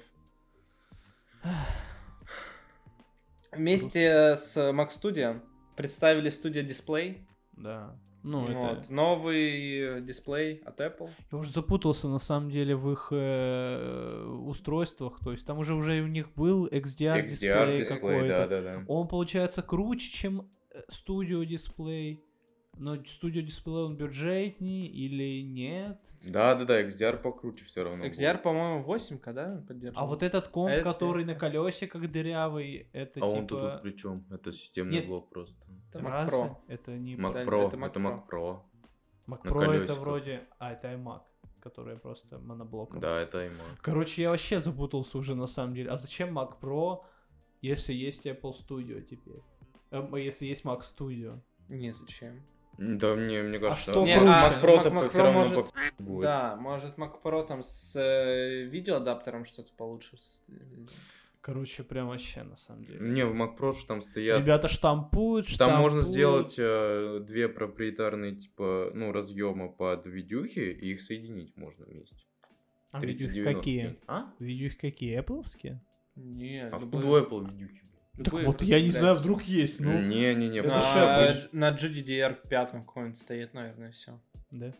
A: Вместе с Mac Studio представили студия дисплей.
B: Да. Ну, это...
A: Новый э, дисплей от Apple.
B: Я уже запутался на самом деле в их э, устройствах. То есть там уже уже у них был XDR,
C: XDR
B: дисплей
C: дисплей,
B: какой-то.
C: да, да, да.
B: Он получается круче, чем студио дисплей. Но студио дисплей он бюджетнее или нет?
C: Да, да, да, XDR покруче все равно.
A: XDR,
C: будет.
A: по-моему, 8К, да, поддерживал?
B: А вот этот комп,
A: это
B: который
A: пи-
B: на колесиках дырявый, это
C: А
B: типа
C: он тут при чем? Это системный
B: Нет.
C: блок просто.
A: Это Mac
B: разве?
A: Pro.
B: Это не
C: Mac
A: Да,
C: Pro,
A: это
C: это
A: Mac
C: Mac
A: Pro.
C: Pro.
B: Mac
C: на
B: Pro это
C: колесиках.
B: вроде, а это iMac, которая просто моноблок.
C: Да, это iMac.
B: Короче, я вообще запутался уже на самом деле. А зачем Mac Pro, если есть Apple Studio теперь? Эм, если есть Mac Studio.
A: Не зачем.
C: Да, мне, мне кажется,
B: что
C: Mac
B: Не, а
C: Mac Pro
A: Mac- Mac
C: там все
A: Pro
C: равно
A: может-
C: по- будет.
A: Да, может Mac Pro там с э, видеоадаптером что-то получше.
B: Короче, прям вообще на самом деле.
C: Не, в Mac Pro же там стоят.
B: Ребята штампуют, штампуют.
C: Там можно сделать э, две проприетарные, типа, ну, разъема под видюхи, и их соединить можно вместе.
B: А видюхи
C: 3090.
B: какие?
C: А?
B: Видюхи какие? Apple-овские?
A: Не,
C: А
A: любые-
C: откуда у Apple видюхи?
B: Так
A: любые
B: вот, я не знаю,
A: представляются.
B: вдруг есть, ну.
C: Не-не-не,
B: это
C: потому
B: ж
C: что
A: на,
B: Apple.
C: обычно-
A: G- на GDDR 5 какой-нибудь стоит, наверное, все.
B: Да.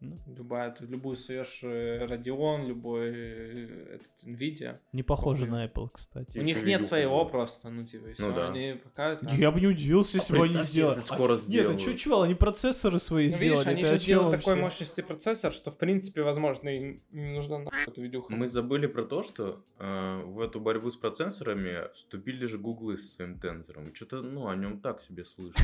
B: Ну,
A: Любая, ты в любую суешь э, Radeon, любой э, этот, Nvidia.
B: не похоже
A: Похоже.
B: на Apple, кстати.
A: У
C: Ещё
A: них
C: видюху
A: нет своего
C: делают.
A: просто, ну типа, и все,
C: да.
A: они пока там.
B: Я бы не удивился,
C: А
B: если бы они
C: представьте,
B: сделали.
C: если скоро
B: а, Нет, а
C: сделают.
B: что, чувал, они процессоры свои
A: Ну,
B: сделали.
A: видишь, они
B: ты о
A: же
B: чём
A: делают
B: вообще?
A: такой мощности процессор, что в принципе, возможно, им не нужна нахуй эта видюха.
C: Мы забыли про то, что э, в эту борьбу с процессорами вступили же гуглы со своим тензором. Что-то, ну, о нем так себе слышно.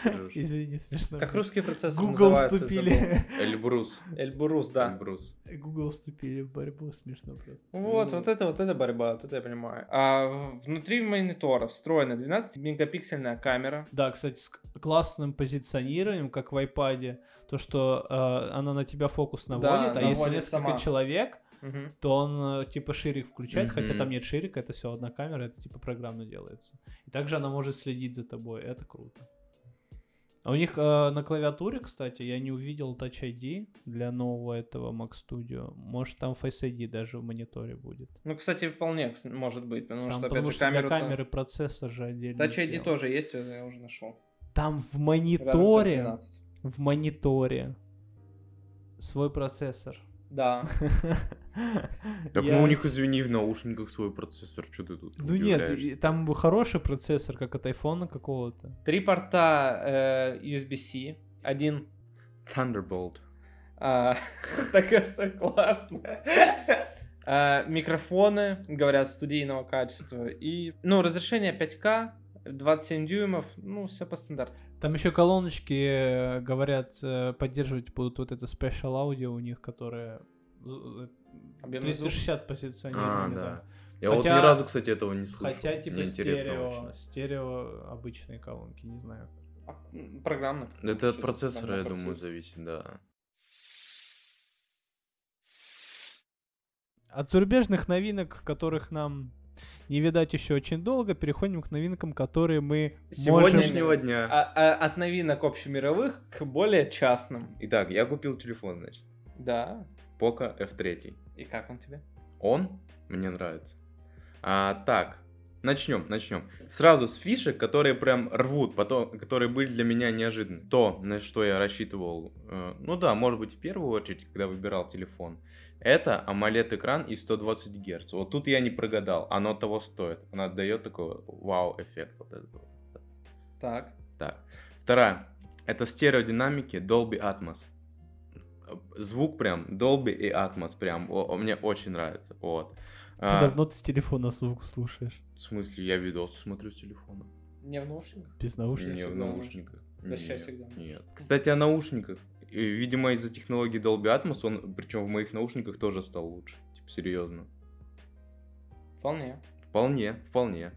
C: Скажешь.
B: Извини, смешно.
A: Как русские процессоры
B: Google
A: называются, забыл.
B: вступили.
C: Эльбрус.
A: Эльбрус, да.
C: Эльбрус.
B: Google вступили в борьбу, смешно просто.
A: Вот,
C: Ну.
A: вот это, вот это борьба, вот это я понимаю. А в- внутри монитора встроена 12-мегапиксельная камера.
B: Да, кстати, с к- классным позиционированием, как в iPad, то, что э, она на тебя фокус
A: Да,
B: наводит, а если
A: наводит
B: несколько
A: сама.
B: человек,
A: Мгм.
B: то он э, типа ширик включает, хотя
C: Мгм.
B: там нет ширика, это все одна камера, это типа программно делается. И также она может следить за тобой, это круто. А у них э, на клавиатуре, кстати, я не увидел Touch ID для нового этого Mac Studio. Может, там Face ID даже в мониторе будет.
A: Ну, кстати, вполне кс- может быть, потому
B: Там,
A: что, опять
B: потому
A: же,
B: что для
A: камеру...
B: камеры процессор же отдельно.
A: Touch ID
B: сделан.
A: тоже есть, я уже нашел.
B: Там в
A: Рядом с
B: мониторе,
A: R12.
B: в мониторе свой процессор.
A: Да.
C: Так
B: Я-
C: ну у них, извини, в наушниках свой процессор, что ты тут
B: Ну нет, и-
C: удивляешься?
B: там бы хороший процессор, как от айфона какого-то.
A: Три порта э, USB-C, один
C: Thunderbolt.
A: а, такая ста- классная. А, Микрофоны, говорят, студийного качества. И, ну, разрешение 5К, 27 дюймов, ну, все по стандарту.
B: Там еще колоночки, э, говорят, э, поддерживать будут вот это special аудио у них, которое з- э,
A: Объемный звук?
B: 360 позиционировано.
C: А, да. Я вот ни
B: Хотя-
C: разу, кстати, этого не слышал.
B: Хотя типа
C: Мне интересно
B: стерео,
C: очень.
B: стерео обычные колонки, не знаю.
A: А, м, Программно.
C: Это от
A: Что-то
C: процессора,
A: там
C: я
A: на
C: думаю,
A: процессоре.
C: зависит, да.
B: От зарубежных новинок, которых нам не видать еще очень долго, переходим к новинкам, которые мы
A: Сегодняшнего
C: Сегодняшнего дня.
A: А- а От новинок общемировых к более частным.
C: Итак, я купил телефон, значит.
A: Да.
C: Poco F3.
A: И как он тебе?
C: Он мне нравится. А, так, начнем, начнем. Сразу с фишек, которые прям рвут, потом, которые были для меня неожиданны. То, на что я рассчитывал, э, ну да, может быть, в первую очередь, когда выбирал телефон, это AMOLED-экран и 120 Гц. Вот тут я не прогадал, оно того стоит. Она дает такой вау-эффект вот этого.
A: Так.
C: Так. Вторая. Это стереодинамики Dolby Atmos. Звук прям Dolby и Atmos прям. О- о, мне очень нравится. Вот. А,
B: Давно ты с телефона звук слушаешь,
C: В смысле, я видос смотрю с телефона.
A: Не в наушниках?
B: без наушников.
C: Не в
A: всегда
C: наушниках.
A: Вообще
C: Нет,
A: всегда наушники.
C: Нет. Кстати, о наушниках. И, Видимо, из-за технологии Dolby Atmos он, причем в моих наушниках тоже стал лучше. Типа, серьезно.
A: Вполне.
C: Вполне, вполне.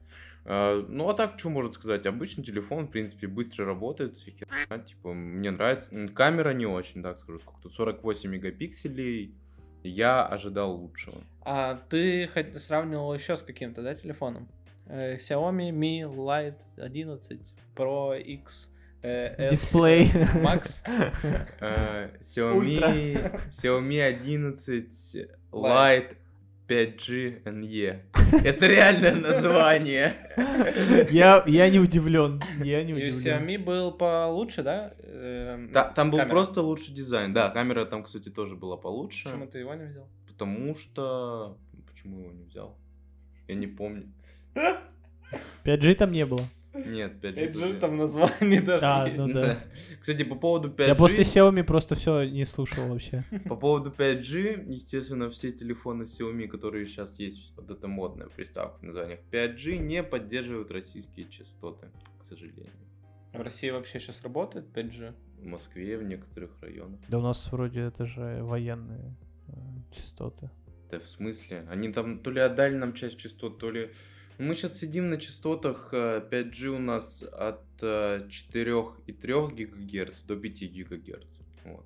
C: А, Ну а так, что можно сказать? Обычный телефон, в принципе, быстро работает. вся херня, типа, мне нравится. М, Камера не очень, так скажу. Сколько тут? 48 мегапикселей. Я ожидал лучшего.
A: А ты хоть сравнивал еще с каким-то, да, телефоном? Э, Xiaomi Mi Lite 11 Pro X э, S
B: Дисплей.
A: Max.
C: Э, А, Xiaomi, Xiaomi 11 Lite 5G NE. Это реальное название.
B: Я, я не удивлен. Я не
A: И у
B: удивлен.
A: Xiaomi был получше, да? Эм,
C: Та- Там был
A: камера.
C: просто лучший дизайн. Да, камера там, кстати, тоже была
A: Почему
C: получше.
A: ты его не взял?
C: Потому что... Почему его не взял? Я не помню.
B: 5G там не было.
C: Нет, 5G.
A: Это
C: тоже
A: же
C: нет.
A: там название даже
B: А,
A: есть.
B: ну да.
C: Кстати, по поводу 5G...
B: Я после Xiaomi просто все не слушал вообще.
C: По поводу 5G, естественно, все телефоны Xiaomi, которые сейчас есть, вот эта модная приставка в названиях 5G, не поддерживают российские частоты, к сожалению.
A: В России вообще сейчас работает 5G?
C: В Москве, в некоторых районах.
B: Да у нас вроде это же военные э, частоты.
C: Да в смысле? Они там то ли отдали нам часть частот, то ли... Мы сейчас сидим на частотах э, 5G у нас от э, 4,3 ГГц до 5 ГГц. Вот.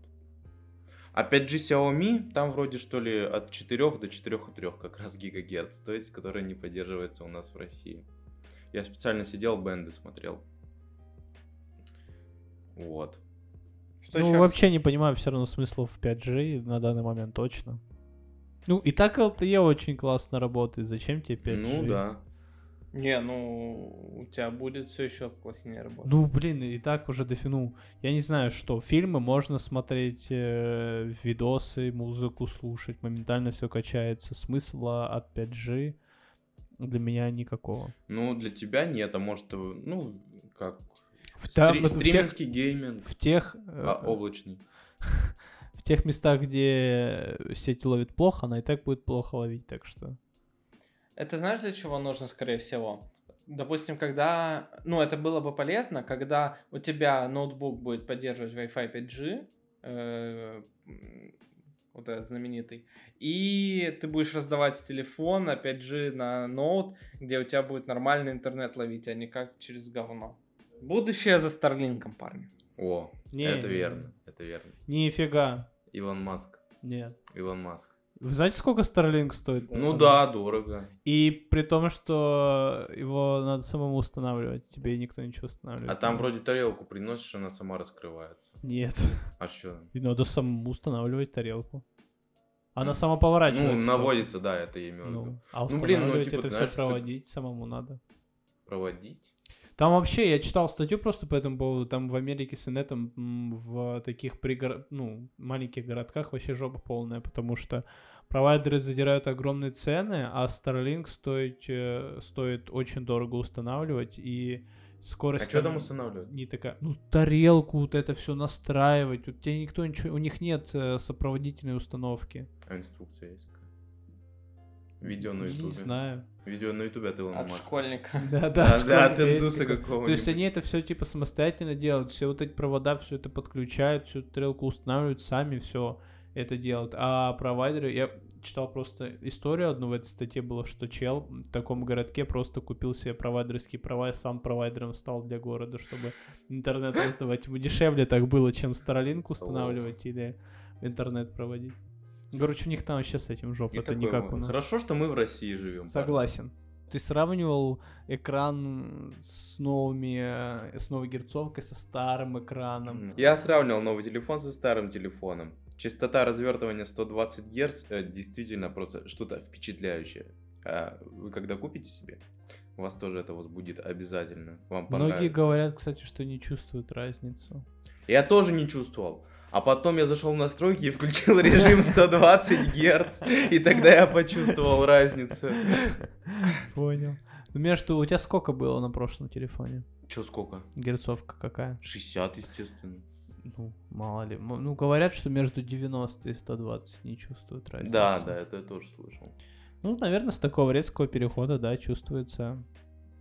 C: А 5G Xiaomi, там вроде что ли от 4 до 4,3 как раз ГГц, то есть которая не поддерживается у нас в России. Я специально сидел, бенды смотрел. Вот.
A: Что
B: ну,
A: еще?
B: вообще не понимаю все равно смысла в 5G на данный момент точно. Ну, и так LTE очень классно работает. Зачем тебе 5G?
C: Ну да.
A: Не, ну у тебя будет все еще класснее работать.
B: Ну, блин, и так уже дофину. Я не знаю, что. Фильмы можно смотреть, э, видосы, музыку слушать. Моментально все качается. Смысла от 5G для меня никакого.
C: Ну, для тебя нет, а может, э, ну, как...
B: В,
C: Стри-
B: там- в тех,
C: стримерский гейминг.
B: в тех, э,
C: А, облачный.
B: в тех местах, где сеть ловит плохо, она и так будет плохо ловить, так что...
A: Это знаешь, для чего нужно, скорее всего? Допустим, когда... Ну, это было бы полезно, когда у тебя ноутбук будет поддерживать Wi-Fi 5G, э, м, вот этот знаменитый, и ты будешь раздавать с телефона 5G на ноут, где у тебя будет нормальный интернет ловить, а не как через говно. Будущее за Старлинком, парни.
C: О,
B: Не,
C: это
B: не,
C: верно, это верно.
B: Нифига.
C: Илон Маск,
B: Нет.
C: Илон Маск.
B: Вы знаете, сколько Starlink стоит?
C: Ну
B: пацаны?
C: да, дорого.
B: И при том, что его надо самому устанавливать, тебе никто ничего устанавливает.
C: А там вроде тарелку приносишь, она сама раскрывается.
B: Нет.
C: А что?
B: И надо самому устанавливать тарелку. Она
C: Ну,
B: сама поворачивается.
C: Ну, наводится, да, это я имел в
B: Ну,
C: виду.
B: а
C: Ну, блин, ну,
B: устанавливать
C: типа,
B: это все
C: знаешь, ты-
B: проводить самому надо.
C: Проводить? А
B: Там вообще, я читал статью просто по этому поводу, там в Америке с инетом м, в таких пригород... ну, маленьких городках вообще жопа полная, потому что провайдеры задирают огромные цены, а Starlink стоит, э, стоит очень дорого устанавливать, и скорость...
C: А что там устанавливать?
B: Не такая, ну, тарелку, вот это все настраивать, у тебя никто ничего, у них нет э, сопроводительной установки.
C: А инструкция есть? какая? Видео на
B: Я Не
C: ютубе.
B: знаю. А
C: Видео на ютубе от Илона
A: От
C: Маска.
A: школьника.
B: Да-да,
C: Да, да, от
B: школьника есть
C: индуса
B: такой.
C: какого-нибудь.
B: То есть они это все типа самостоятельно делают, все вот эти провода, все это подключают, всю эту тарелку устанавливают сами, все это делают. А провайдеры, я читал просто историю одну в этой статье было, что чел в таком городке просто купил себе провайдерские права и сам провайдером стал для города, чтобы интернет раздавать. Ему дешевле так было, чем Starlink устанавливать или интернет проводить. Короче, у них там вообще с этим жопа,
C: И
B: это
C: такой
B: не как
C: вот.
B: у нас.
C: Хорошо, что мы в России живем.
B: Согласен. Ты сравнивал экран с новыми, э, с новой герцовкой со старым экраном.
C: Я сравнивал новый телефон со старым телефоном. Частота развертывания 120 Гц э, действительно просто что-то впечатляющее. А вы когда купите себе, вас тоже это возбудит обязательно. Вам
B: Многие
C: понравится.
B: говорят, кстати, что не чувствуют разницу.
C: Я тоже не чувствовал. А потом я зашел в настройки и включил режим 120 Гц, и тогда я почувствовал разницу.
B: Понял. Ну, Между у тебя сколько было на прошлом телефоне?
C: Че сколько?
B: Герцовка какая?
C: 60, естественно.
B: Ну, мало ли. М- Ну, говорят, что между 90 и 120 не чувствуют разницы.
C: Да, да, это я тоже слышал.
B: Ну, наверное, с такого резкого перехода, да, чувствуется.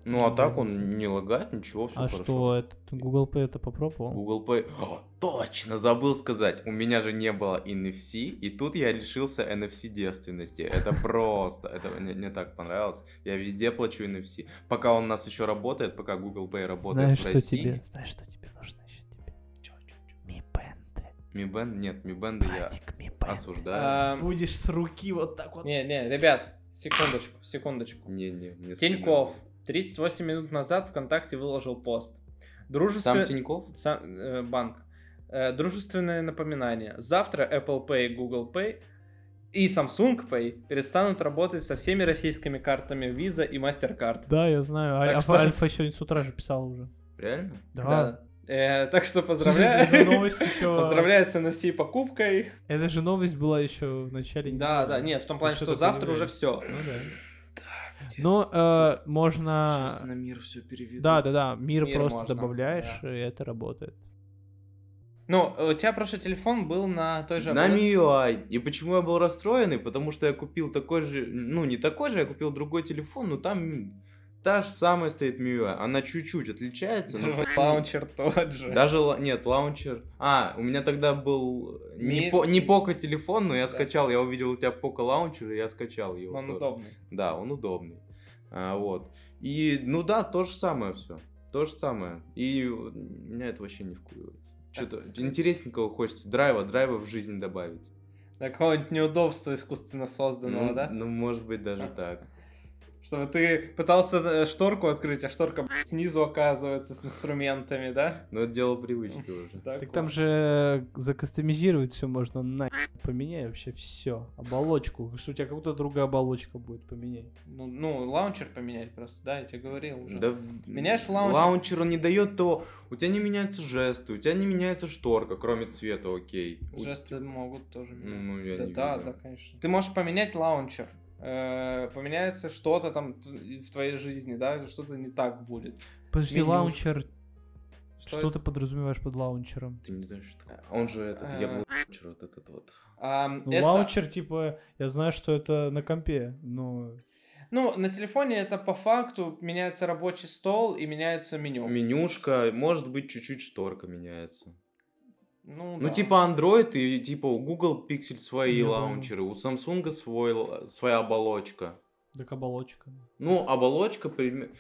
C: Ну а так
B: Разница.
C: он не лагает, ничего, все
B: а
C: хорошо.
B: что, этот Google Pay это попробовал?
C: Google Pay. О, точно, забыл сказать. У меня же не было NFC, и тут я лишился NFC девственности. Это просто, это мне, мне так понравилось. Я везде плачу NFC. Пока он у нас еще работает, пока Google Pay работает
B: Знаешь,
C: в
B: что
C: России.
B: тебе? Знаешь, что тебе нужно еще тебе? Ми Бенды.
C: Mi Band, нет, Mi Band я осуждаю.
A: Эм,
B: Будешь с руки вот так вот.
A: Не, не, ребят, секундочку, секундочку.
C: Не, не, мне стыдно.
A: Тиньков 38 минут назад ВКонтакте выложил пост.
C: Сам
A: Дружественный
C: Тиньков?
A: Э, банк. Э, дружественное напоминание. Завтра Apple Pay и Google Pay и Samsung Pay перестанут работать со всеми российскими картами Visa и MasterCard.
B: Да, я знаю.
A: Так
B: Аль-
A: что-
B: Альфа сегодня с утра же писал уже.
C: Реально?
B: Да.
A: Э, так что
B: Это
A: поздравляю.
B: новость еще...
A: Поздравляю с NFC покупкой.
B: Это же новость была еще в начале.
A: Да,
B: недели.
A: да, нет, в том плане,
B: Ну,
A: что
B: что-то
A: завтра
B: появляется.
A: уже все.
B: Ну да.
C: где-
B: Но э, можно...
C: Сейчас на мир все переведу.
B: Да, да, да, мир,
A: Мир
B: просто
A: можно,
B: добавляешь, и это работает.
A: Ну, у тебя прошлый телефон был на той же...
C: На
A: обложке.
C: MIUI. И почему я был расстроенный? Потому что я купил такой же, ну не такой же, я купил другой телефон, но там та же самая стоит MIUI. Она чуть-чуть отличается. но
A: Даже Лаунчер тот же.
C: Даже ла- нет, лаунчер. А, у меня тогда был
A: Ми-
C: не, по, не пока телефон, но я
A: Да.
C: скачал, я увидел у тебя пока лаунчер, и я скачал его.
A: Он
C: тоже.
A: удобный.
C: Да, он удобный. А, вот. И, ну да, то же самое все. То же самое. И э, меня это вообще не вкуривает. Что-то интересненького хочется. Драйва, драйва в жизнь добавить.
A: Да, Какого-нибудь неудобства искусственно
C: ну,
A: созданного, да?
C: ну, может быть, даже
A: Ага.
C: так.
A: Чтобы ты пытался э, шторку открыть, а шторка блядь, снизу оказывается с инструментами, да?
C: Но это дело привычки уже.
B: Так там же закастомизировать все можно, на поменяй вообще все. Оболочку. Что у тебя как будто другая оболочка будет, поменяй.
A: Ну, ну, лаунчер поменять просто, да, я тебе говорил уже.
C: Да,
A: Меняешь лаунчер?
C: Лаунчер он не дает то. У тебя не меняются жесты, у тебя не меняется шторка, кроме цвета, окей. У-
A: Жесты могут тоже
C: Ну,
A: меняться.
C: я
A: да,
C: не
A: да,
C: видел.
A: да, конечно. Ты можешь поменять лаунчер. э, Поменяется что-то там т- в твоей жизни, да, что-то не так будет.
B: Подожди,
A: Менюшка.
B: лаунчер,
A: Что
B: что, ты подразумеваешь под лаунчером?
C: Ты не знаешь, что такое. Он же этот,
A: А.
C: я был лаунчер, вот этот вот.
A: Ам,
B: Ну,
A: это-
B: лаунчер, типа, я знаю, что это на компе, но...
A: Ну, на телефоне это по факту меняется рабочий стол и меняется меню.
C: Менюшка, может быть, чуть-чуть шторка меняется.
A: Ну,
C: Ну,
A: да.
C: типа Android и типа у Google Pixel свои
B: Я понял.
C: лаунчеры, у Samsung свой, л- своя оболочка.
B: Так оболочка.
C: Ну, оболочка... прим-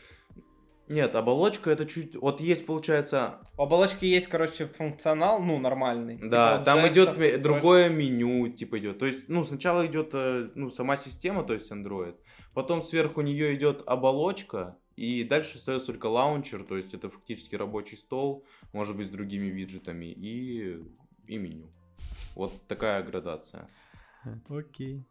C: Нет, оболочка это чуть... Вот есть, получается,
A: У оболочки есть, короче, функционал, ну, нормальный.
C: Да,
A: Типа
C: там
A: жестов,
C: идет ме-
A: больше-
C: другое меню, типа идет. То есть, ну, сначала идет э, ну, сама система, то есть Android, потом сверху нее идет оболочка, и дальше остается только лаунчер, то есть это фактически рабочий стол, может быть, с другими виджетами, и, и меню. Вот такая градация.
B: Хм. Окей.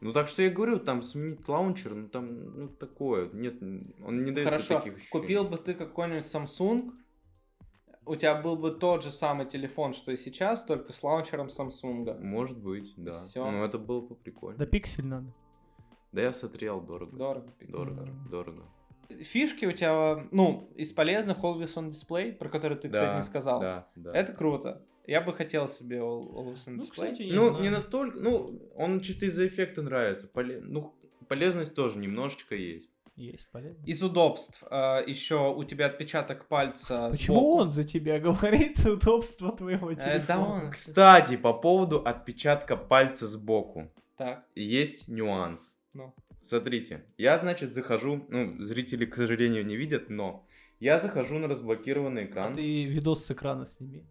C: Ну так что я говорю, там сменить лаунчер, ну там, ну такое, нет, он не дает тебе
A: Хорошо,
C: типа таких ощущений.
A: купил бы ты какой-нибудь Samsung, у тебя был бы тот же самый телефон, что и сейчас, только с лаунчером Samsung.
C: Может быть, да.
A: Всё.
C: Ну это было бы прикольно.
B: Да пиксель надо.
C: Да я сотреал дорого.
A: Дорого.
C: Дорого,
B: Мгм.
C: дорого.
A: Фишки у тебя, ну, из полезных Always On Display, про который ты, кстати,
C: Да,
A: не сказал.
C: Да, да.
A: Это круто. Я бы хотел себе Al- Always On Display.
C: Ну, не настолько, ну, он чисто из-за эффекта нравится. поле- Ну, полезность тоже немножечко есть.
B: Есть, полезно.
A: Из удобств еще у тебя отпечаток пальца
B: Почему
A: сбоку.
B: он за тебя говорит удобство твоего
A: Э,
B: телефона?
A: да он.
C: Кстати, по поводу отпечатка пальца сбоку.
A: Так,
C: Есть нюанс.
A: Ну.
C: Смотрите, я, значит, захожу, ну, зрители, к сожалению, не видят, но я захожу на разблокированный экран.
B: А Ты видос с экрана сними.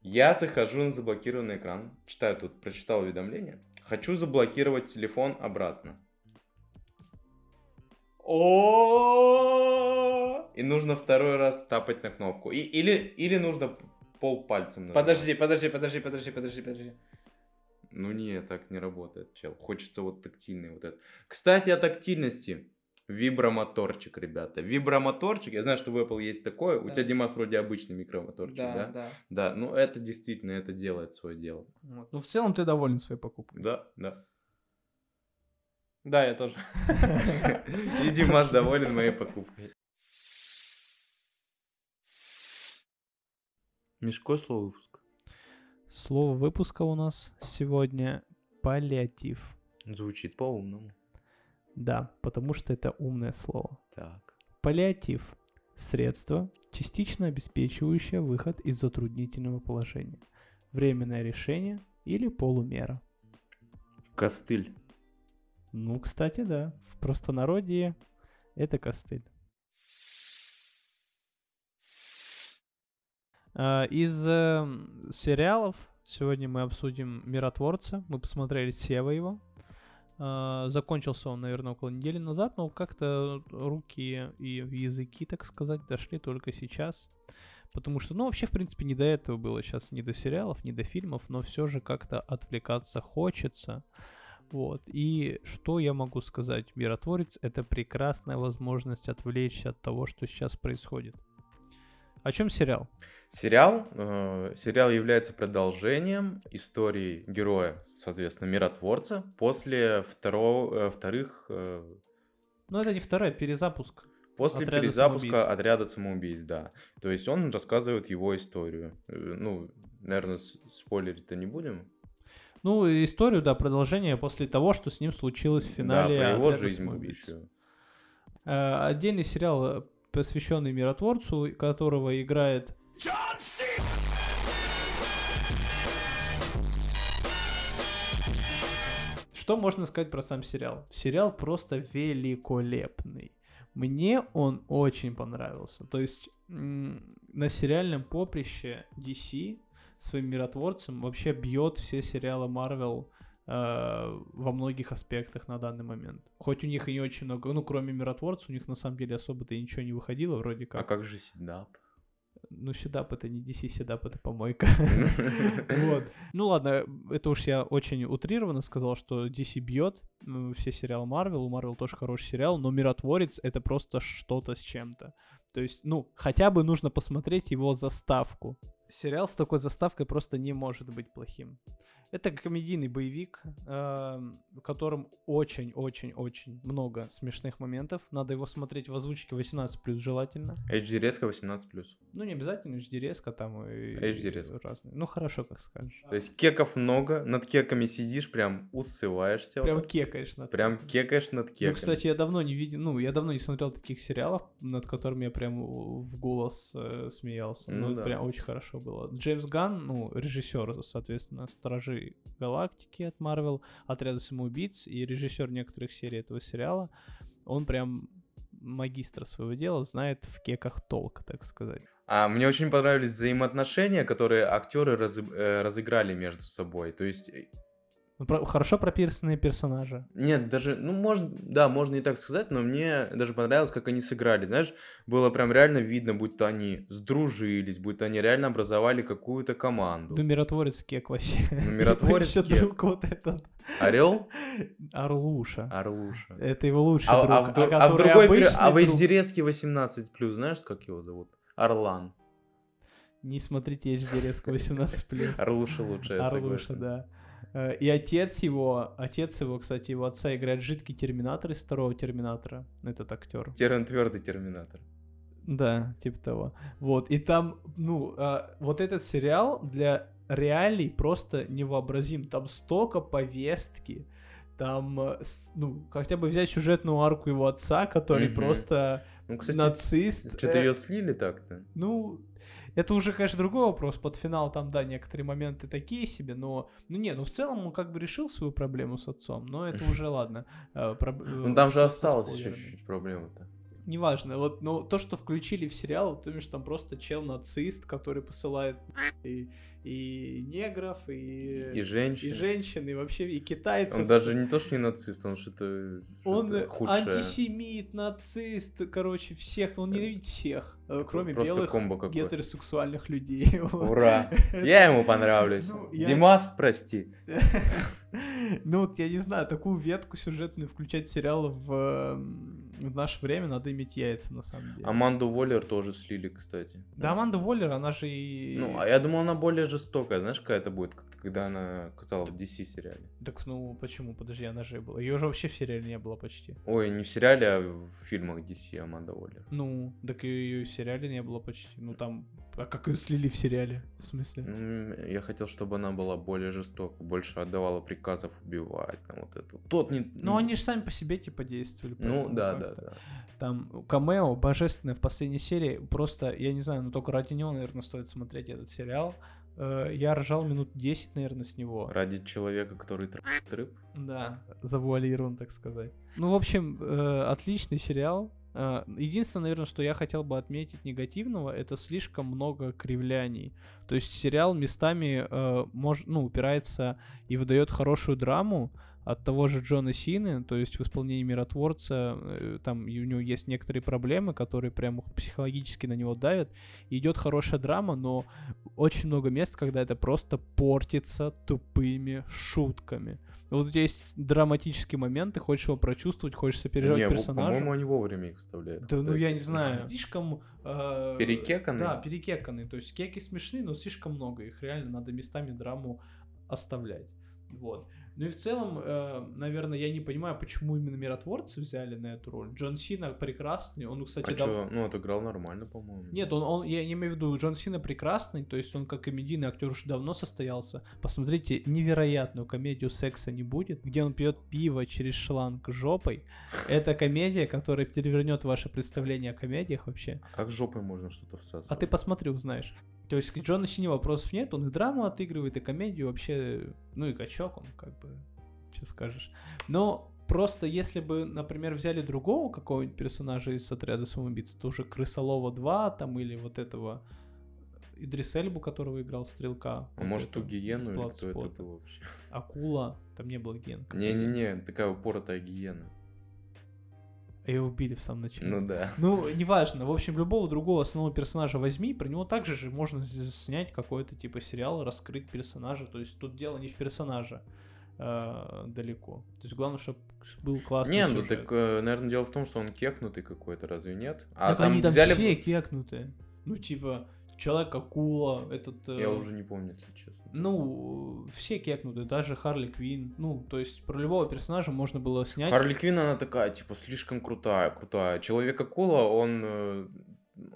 C: Я захожу на заблокированный экран, читаю тут, прочитал уведомление. Хочу заблокировать телефон обратно. О, и нужно второй раз тапать на кнопку. И, или, или нужно пол пальцем.
A: подожди, подожди, подожди, подожди, подожди, подожди.
C: Ну не, так не работает, чел. Хочется вот тактильный вот этот. Кстати, о тактильности. Вибромоторчик, ребята. Вибромоторчик. Я знаю, что в Apple есть такое. У
A: Да.
C: тебя, Димас, вроде обычный микромоторчик, да?
A: да,
C: Да.
A: да.
C: Ну это действительно, это делает свое дело.
B: Вот. Ну, в целом ты доволен своей покупкой.
C: Да, да.
A: Да, я тоже.
C: И Димас доволен моей покупкой. Мешко слово выпуск.
B: Слово выпуска у нас сегодня паллиатив.
C: Звучит по-умному.
B: Да, потому что это умное слово.
C: Так.
B: Паллиатив – средство, частично обеспечивающее выход из затруднительного положения, временное решение или полумера.
C: Костыль.
B: Ну, кстати, да, в простонародье это костыль. А, Из э, сериалов сегодня мы обсудим «Миротворца». Мы посмотрели Сева его. А, Закончился он, наверное, около недели назад, но как-то руки и языки, так сказать, дошли только сейчас. Потому что, ну, вообще, в принципе, не до этого было сейчас, не до сериалов, не до фильмов, но все же как-то отвлекаться хочется. Вот. И что я могу сказать? Миротворец — это прекрасная возможность отвлечься от того, что сейчас происходит. О чем сериал?
C: Сериал, э, сериал является продолжением истории героя, соответственно, миротворца после второго, э, вторых, э,
B: Ну, это не вторая, перезапуск.
C: после
B: Отряда
C: перезапуска
B: самоубийц.
C: отряда самоубийц, да. То есть он рассказывает его историю. Э, ну, наверное, с- спойлерить-то не будем.
B: Ну, и историю, да, продолжение после того, что с ним случилось в финале.
C: да, про его
B: «Отряда
C: жизнь
B: самоубийц».
C: будущую.
B: Э, Отдельный сериал, э, посвященный миротворцу, которого играет Что можно сказать про сам сериал? Сериал просто великолепный. Мне он очень понравился. То есть м, на сериальном поприще DC своим миротворцем вообще бьет все сериалы Marvel э, во многих аспектах на данный момент. Хоть у них и не очень много, ну кроме миротворца, у них на самом деле особо-то и ничего не выходило вроде
C: А
B: как.
C: как же Сиднап?
B: Ну седап это не DC, седап это помойка. Вот. Ну ладно, это уж я очень утрированно сказал, что DC бьет м, все сериалы Марвел, у Марвел тоже хороший сериал, но Миротворец это просто что-то с чем-то. То есть, ну, хотя бы нужно посмотреть его заставку. Сериал с такой заставкой просто не может быть плохим. Это комедийный боевик, эм, в котором очень-очень-очень много смешных моментов. Надо его смотреть в озвучке 18+, желательно.
C: HD резко 18+.
B: Ну, не обязательно HD-резко там и...
C: HD-резко.
B: разные. Ну, хорошо, как скажешь.
C: То есть кеков много, над кеками сидишь, прям усываешься. вот
B: Прям
C: так.
B: кекаешь над
C: Прям кекаешь над кеками.
B: Ну, кстати, я давно не видел, ну, я давно не смотрел таких сериалов, над которыми я прям в голос э, смеялся.
C: Ну
B: Ну, это
C: да.
B: прям очень хорошо было. Джеймс Ганн, ну, режиссер, соответственно, Стражи Галактики от Марвел, Отряда самоубийц и режиссер некоторых серий этого сериала, он прям магистр своего дела, знает в кеках толк, так сказать.
C: А мне очень понравились взаимоотношения, которые актеры разы- э, разыграли между собой. То есть, э,
B: Ну, про- хорошо прописанные персонажи.
C: нет, даже, ну, может, да, можно и так сказать, но мне даже понравилось, как они сыграли. Знаешь, было прям реально видно, будто они сдружились, будто они реально образовали какую-то команду.
B: Ну, миротворец кек вообще.
C: Ну, миротворец
B: Ещё
C: кек.
B: друг вот этот.
C: Орел?
B: Орлуша.
C: Орлуша.
B: Это его лучший
C: А,
B: друг.
C: а в, дру- а в
B: который
C: другой, пер-
B: обычный
C: а в
B: друг.
C: Эйджерецке 18 плюс, знаешь, как его зовут? Орлан.
B: Не смотрите HD резко 18 плюс.
C: Орлуша лучше. я
B: Орлуша,
C: согласен.
B: да. Э, И отец его, отец его, кстати, его отца играет жидкий терминатор из второго терминатора. Этот актер.
C: Терен твердый терминатор.
B: Да, типа того. Вот, и там, ну, а, вот этот сериал для реалий просто невообразим. Там столько повестки, там, э, с- ну, хотя бы взять сюжетную арку его отца, который
C: Мгм.
B: просто
C: Ну, кстати,
B: нацист.
C: что-то
B: э,
C: ее слили так-то.
B: Ну, это уже, конечно, другой вопрос. Под финал там, да, некоторые моменты такие себе, но... Ну, не, ну, в целом он как бы решил свою проблему с отцом, но это уже ладно. Э, проб-
C: Ну
B: э,
C: там же
B: со- со
C: осталось еще
B: спойлерами.
C: чуть-чуть проблема-то.
B: Неважно, вот, но то, что включили в сериал, ты видишь, там просто чел-нацист, который посылает и, и негров,
C: И
B: и,
C: женщин.
B: и женщин, и вообще, и китайцев.
C: Он даже не то, что не нацист, он что-то
B: Он э,
C: что-то худшее.
B: антисемит, нацист, короче, всех, он ненавидит всех, э, кроме
C: просто
B: белых
C: комбо какое.
B: гетеросексуальных людей. Вот.
C: Ура! Я ему понравлюсь.
B: Ну, я-
C: Димас, прости.
B: Ну вот я не знаю, такую ветку сюжетную включать сериал в, эм, в наше время надо иметь яйца на самом деле.
C: Аманду Воллер тоже слили, кстати.
B: Да, Аманда Уоллер, она же и...
C: Ну, а я думал, она более жестокая. Знаешь, какая это будет, к- когда она катала в DC сериале?
B: Так ну почему? Подожди, она же была. Ее же вообще в сериале не было почти.
C: Ой, не в сериале, а в фильмах DC Аманда Воллер.
B: Ну, так ее в сериале не было почти. Ну там. А как ее слили в сериале? В смысле?
C: Ну, м, я хотел, чтобы она была более жестока, больше отдавала приказов убивать, там вот это. вот. Тот не...
B: Ну, они же сами по себе типа действовали.
C: Ну,
B: поэтому
C: да, да,
B: как-то.
C: да.
B: Там камео божественное в последней серии. Просто, я не знаю, но только ради него, наверное, стоит смотреть этот сериал. Э, Я ржал минут 10, наверное, с него.
C: Ради человека, который трахает рыб.
B: Да, завуалирован, так сказать. Ну, в общем, э, отличный сериал. Э, Единственное, наверное, что я хотел бы отметить негативного, это слишком много кривляний. То есть сериал местами э, мож, ну, упирается и выдает хорошую драму от того же Джона Сины, то есть в исполнении миротворца, э, там и у него есть некоторые проблемы, которые прям психологически на него давят. И Идет хорошая драма, но очень много мест, когда это просто портится тупыми шутками. Вот у тебя есть драматический момент, ты хочешь его прочувствовать, хочешь сопереживать
C: Не, во-
B: персонажа.
C: по-моему, они вовремя их вставляют.
B: Да, ну
C: кстати.
B: я не знаю. Слишком... э,
C: Перекеканный?
B: Да, перекеканный. То есть кеки смешные, но слишком много. Их реально надо местами драму оставлять. Вот. Ну и в целом, э, наверное, я не понимаю, почему именно миротворцы взяли на эту роль. Джон Сина прекрасный. Он, кстати,
C: А
B: дав-
C: чё, ну отыграл нормально, по-моему.
B: Нет, он, он, я не имею в виду, Джон Сина прекрасный, то есть он как комедийный актер уже давно состоялся. Посмотрите невероятную комедию «Секса не будет», где он пьет пиво через шланг жопой. Это комедия, которая перевернет ваше представление о комедиях вообще.
C: А Как жопой можно что-то всасывать?
B: А ты посмотри, узнаешь. То есть к Джону Сине вопросов нет, он и драму отыгрывает, и комедию вообще, ну и качок он как бы, что скажешь. Но просто если бы, например, взяли другого какого-нибудь персонажа из «Отряда самоубийц», то уже «Крысолова 2» там или вот этого Идрис Эльбу, которого играл Стрелка.
C: А
B: вот
C: может ту
B: этого,
C: гиену или кто это
B: Бладспорта.
C: был вообще?
B: Акула, там не было ген.
C: Не-не-не, такая упоротая гиена.
B: Ее убили в самом начале.
C: Ну да.
B: Ну, неважно. В общем, любого другого основного персонажа возьми, про него также же можно с- снять какой-то типа сериал, раскрыть персонажа. То есть тут дело не в персонаже э, далеко. То есть главное, чтобы был классный
C: Не, ну
B: сюжет.
C: так, наверное, дело в том, что он кекнутый какой-то, разве нет? А
B: Так они там
C: взяли...
B: все кекнутые. Ну, типа, Человек-акула, этот... э,
C: Я уже не помню, если честно.
B: Ну, все кекнутые, даже Харли Квин. Ну, то есть про любого персонажа можно было снять.
C: Харли Квинн, она такая, типа, слишком крутая, крутая. Человек-акула, он, э,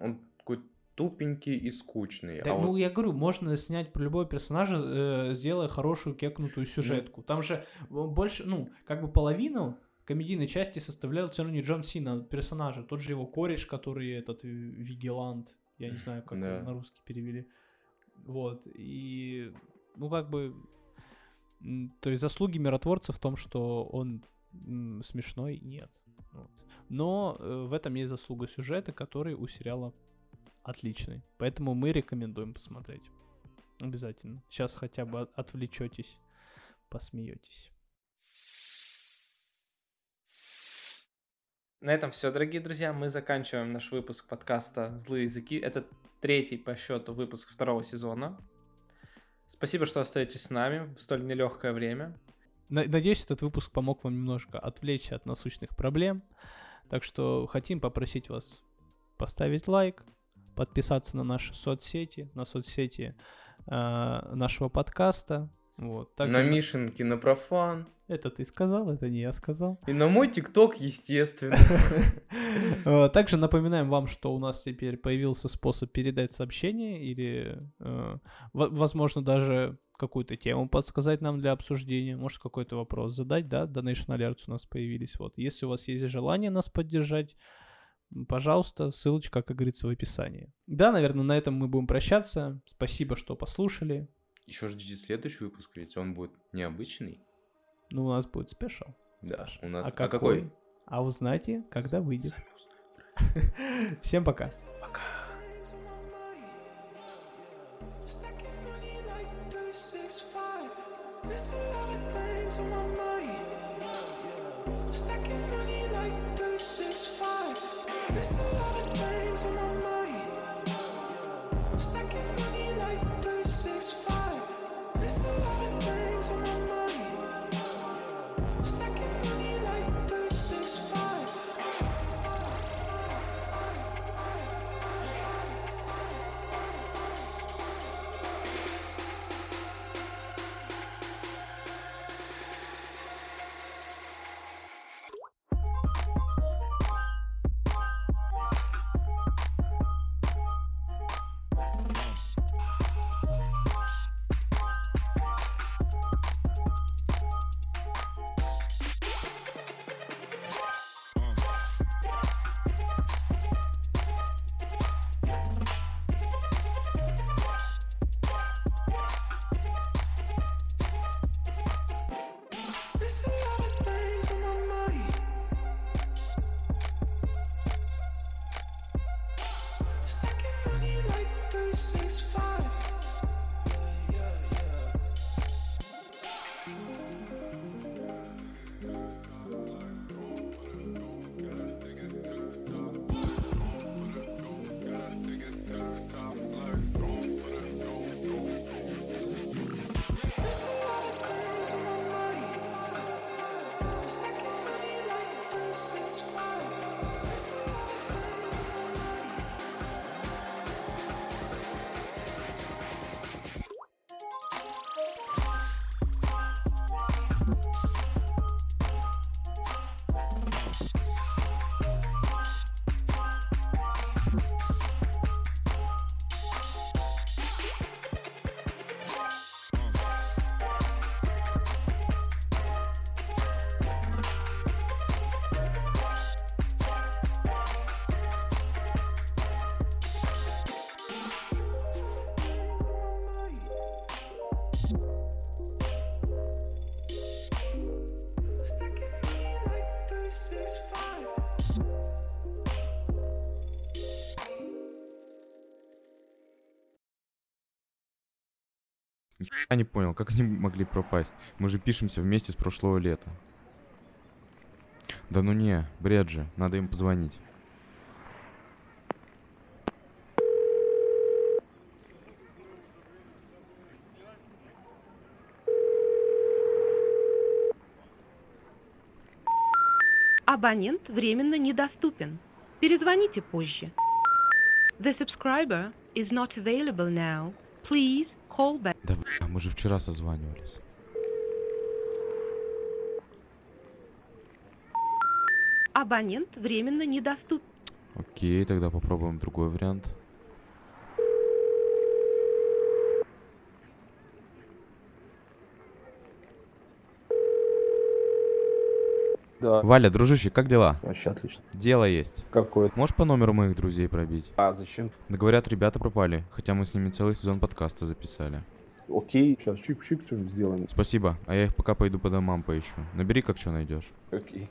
C: он такой тупенький и скучный.
B: Да,
C: а
B: ну,
C: вот-
B: я говорю, можно снять про любого персонажа, э, сделая хорошую кекнутую сюжетку. Там же э, больше, ну, как бы половину комедийной части составлял все равно не Джон Сина персонажа, тот же его кореш, который этот э, Вигелант, я не знаю, как
C: Да.
B: его на русский перевели. Вот, и, ну, как бы, м, то есть заслуги миротворца в том, что он м, смешной, нет. Вот. Но э, в этом есть заслуга сюжета, который у сериала отличный. Поэтому мы рекомендуем посмотреть. Обязательно. Сейчас хотя бы от- отвлечетесь, посмеетесь.
A: На этом все, дорогие друзья. Мы заканчиваем наш выпуск подкаста «Злые языки». Это третий по счету выпуск второго сезона. Спасибо, что остаетесь с нами в столь нелегкое время.
B: На- Надеюсь, этот выпуск помог вам немножко отвлечься от насущных проблем. Так что хотим попросить вас поставить лайк, подписаться на наши соцсети, на соцсети э, нашего подкаста. Вот. Также
C: на Мишенки, на профан.
B: Это ты сказал, это не я сказал.
C: И на мой ТикТок, естественно.
B: Э, Также напоминаем вам, что у нас теперь появился способ передать сообщение или, э, во- возможно, даже какую-то тему подсказать нам для обсуждения, может, какой-то вопрос задать, да, Donation Alerts у нас появились, вот. Если у вас есть желание нас поддержать, м, пожалуйста, ссылочка, как говорится, в описании. Да, наверное, на этом мы будем прощаться. Спасибо, что послушали.
C: Еще ждите следующий выпуск, ведь он будет необычный.
B: Ну, у нас будет спешл.
C: Да,
B: Спешл.
C: у нас...
B: А какой? А узнаете, когда выйдет.
C: Сами узнаете.
B: Всем пока.
D: Stacking money like two six five. There's a lot of things on my mind. Stacking money like two six five. There's a lot of things on my mind. Stacking money like two six five. There's a lot of things on my mind. Stacking money like two six five. There's a lot of things on my mind. Stacking money like three, six, five. Yeah, yeah, yeah. There's a lot of things on my mind.
C: Я не понял, как они могли пропасть? Мы же пишемся вместе с прошлого лета. Да ну не, бред же, надо им позвонить.
E: Абонент временно недоступен. Перезвоните позже. The subscriber is not available now. Please call back.
C: Да бля, мы же вчера созванивались.
E: Абонент временно недоступен.
C: Окей, тогда попробуем другой вариант.
F: Да,
C: Валя, дружище, как дела?
F: вообще отлично.
C: Дело есть.
F: Какой?
C: Можешь по номеру моих друзей пробить?
F: А зачем?
C: Да говорят, ребята пропали, хотя мы с ними целый сезон подкаста записали.
F: Окей, сейчас чик-чик что-нибудь сделаем.
C: Спасибо, а я их пока пойду по домам поищу. Набери, как что найдешь.
F: Окей.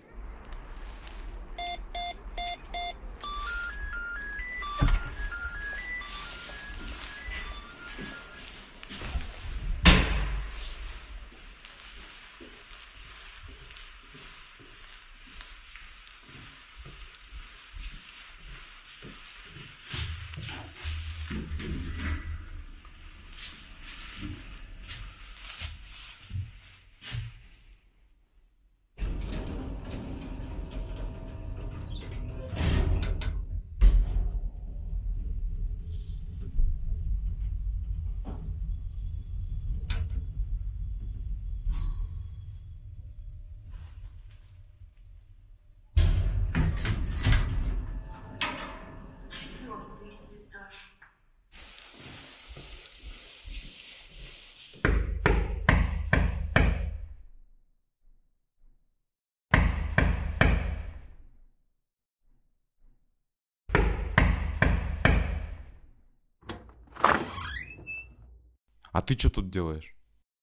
C: А ты что тут делаешь?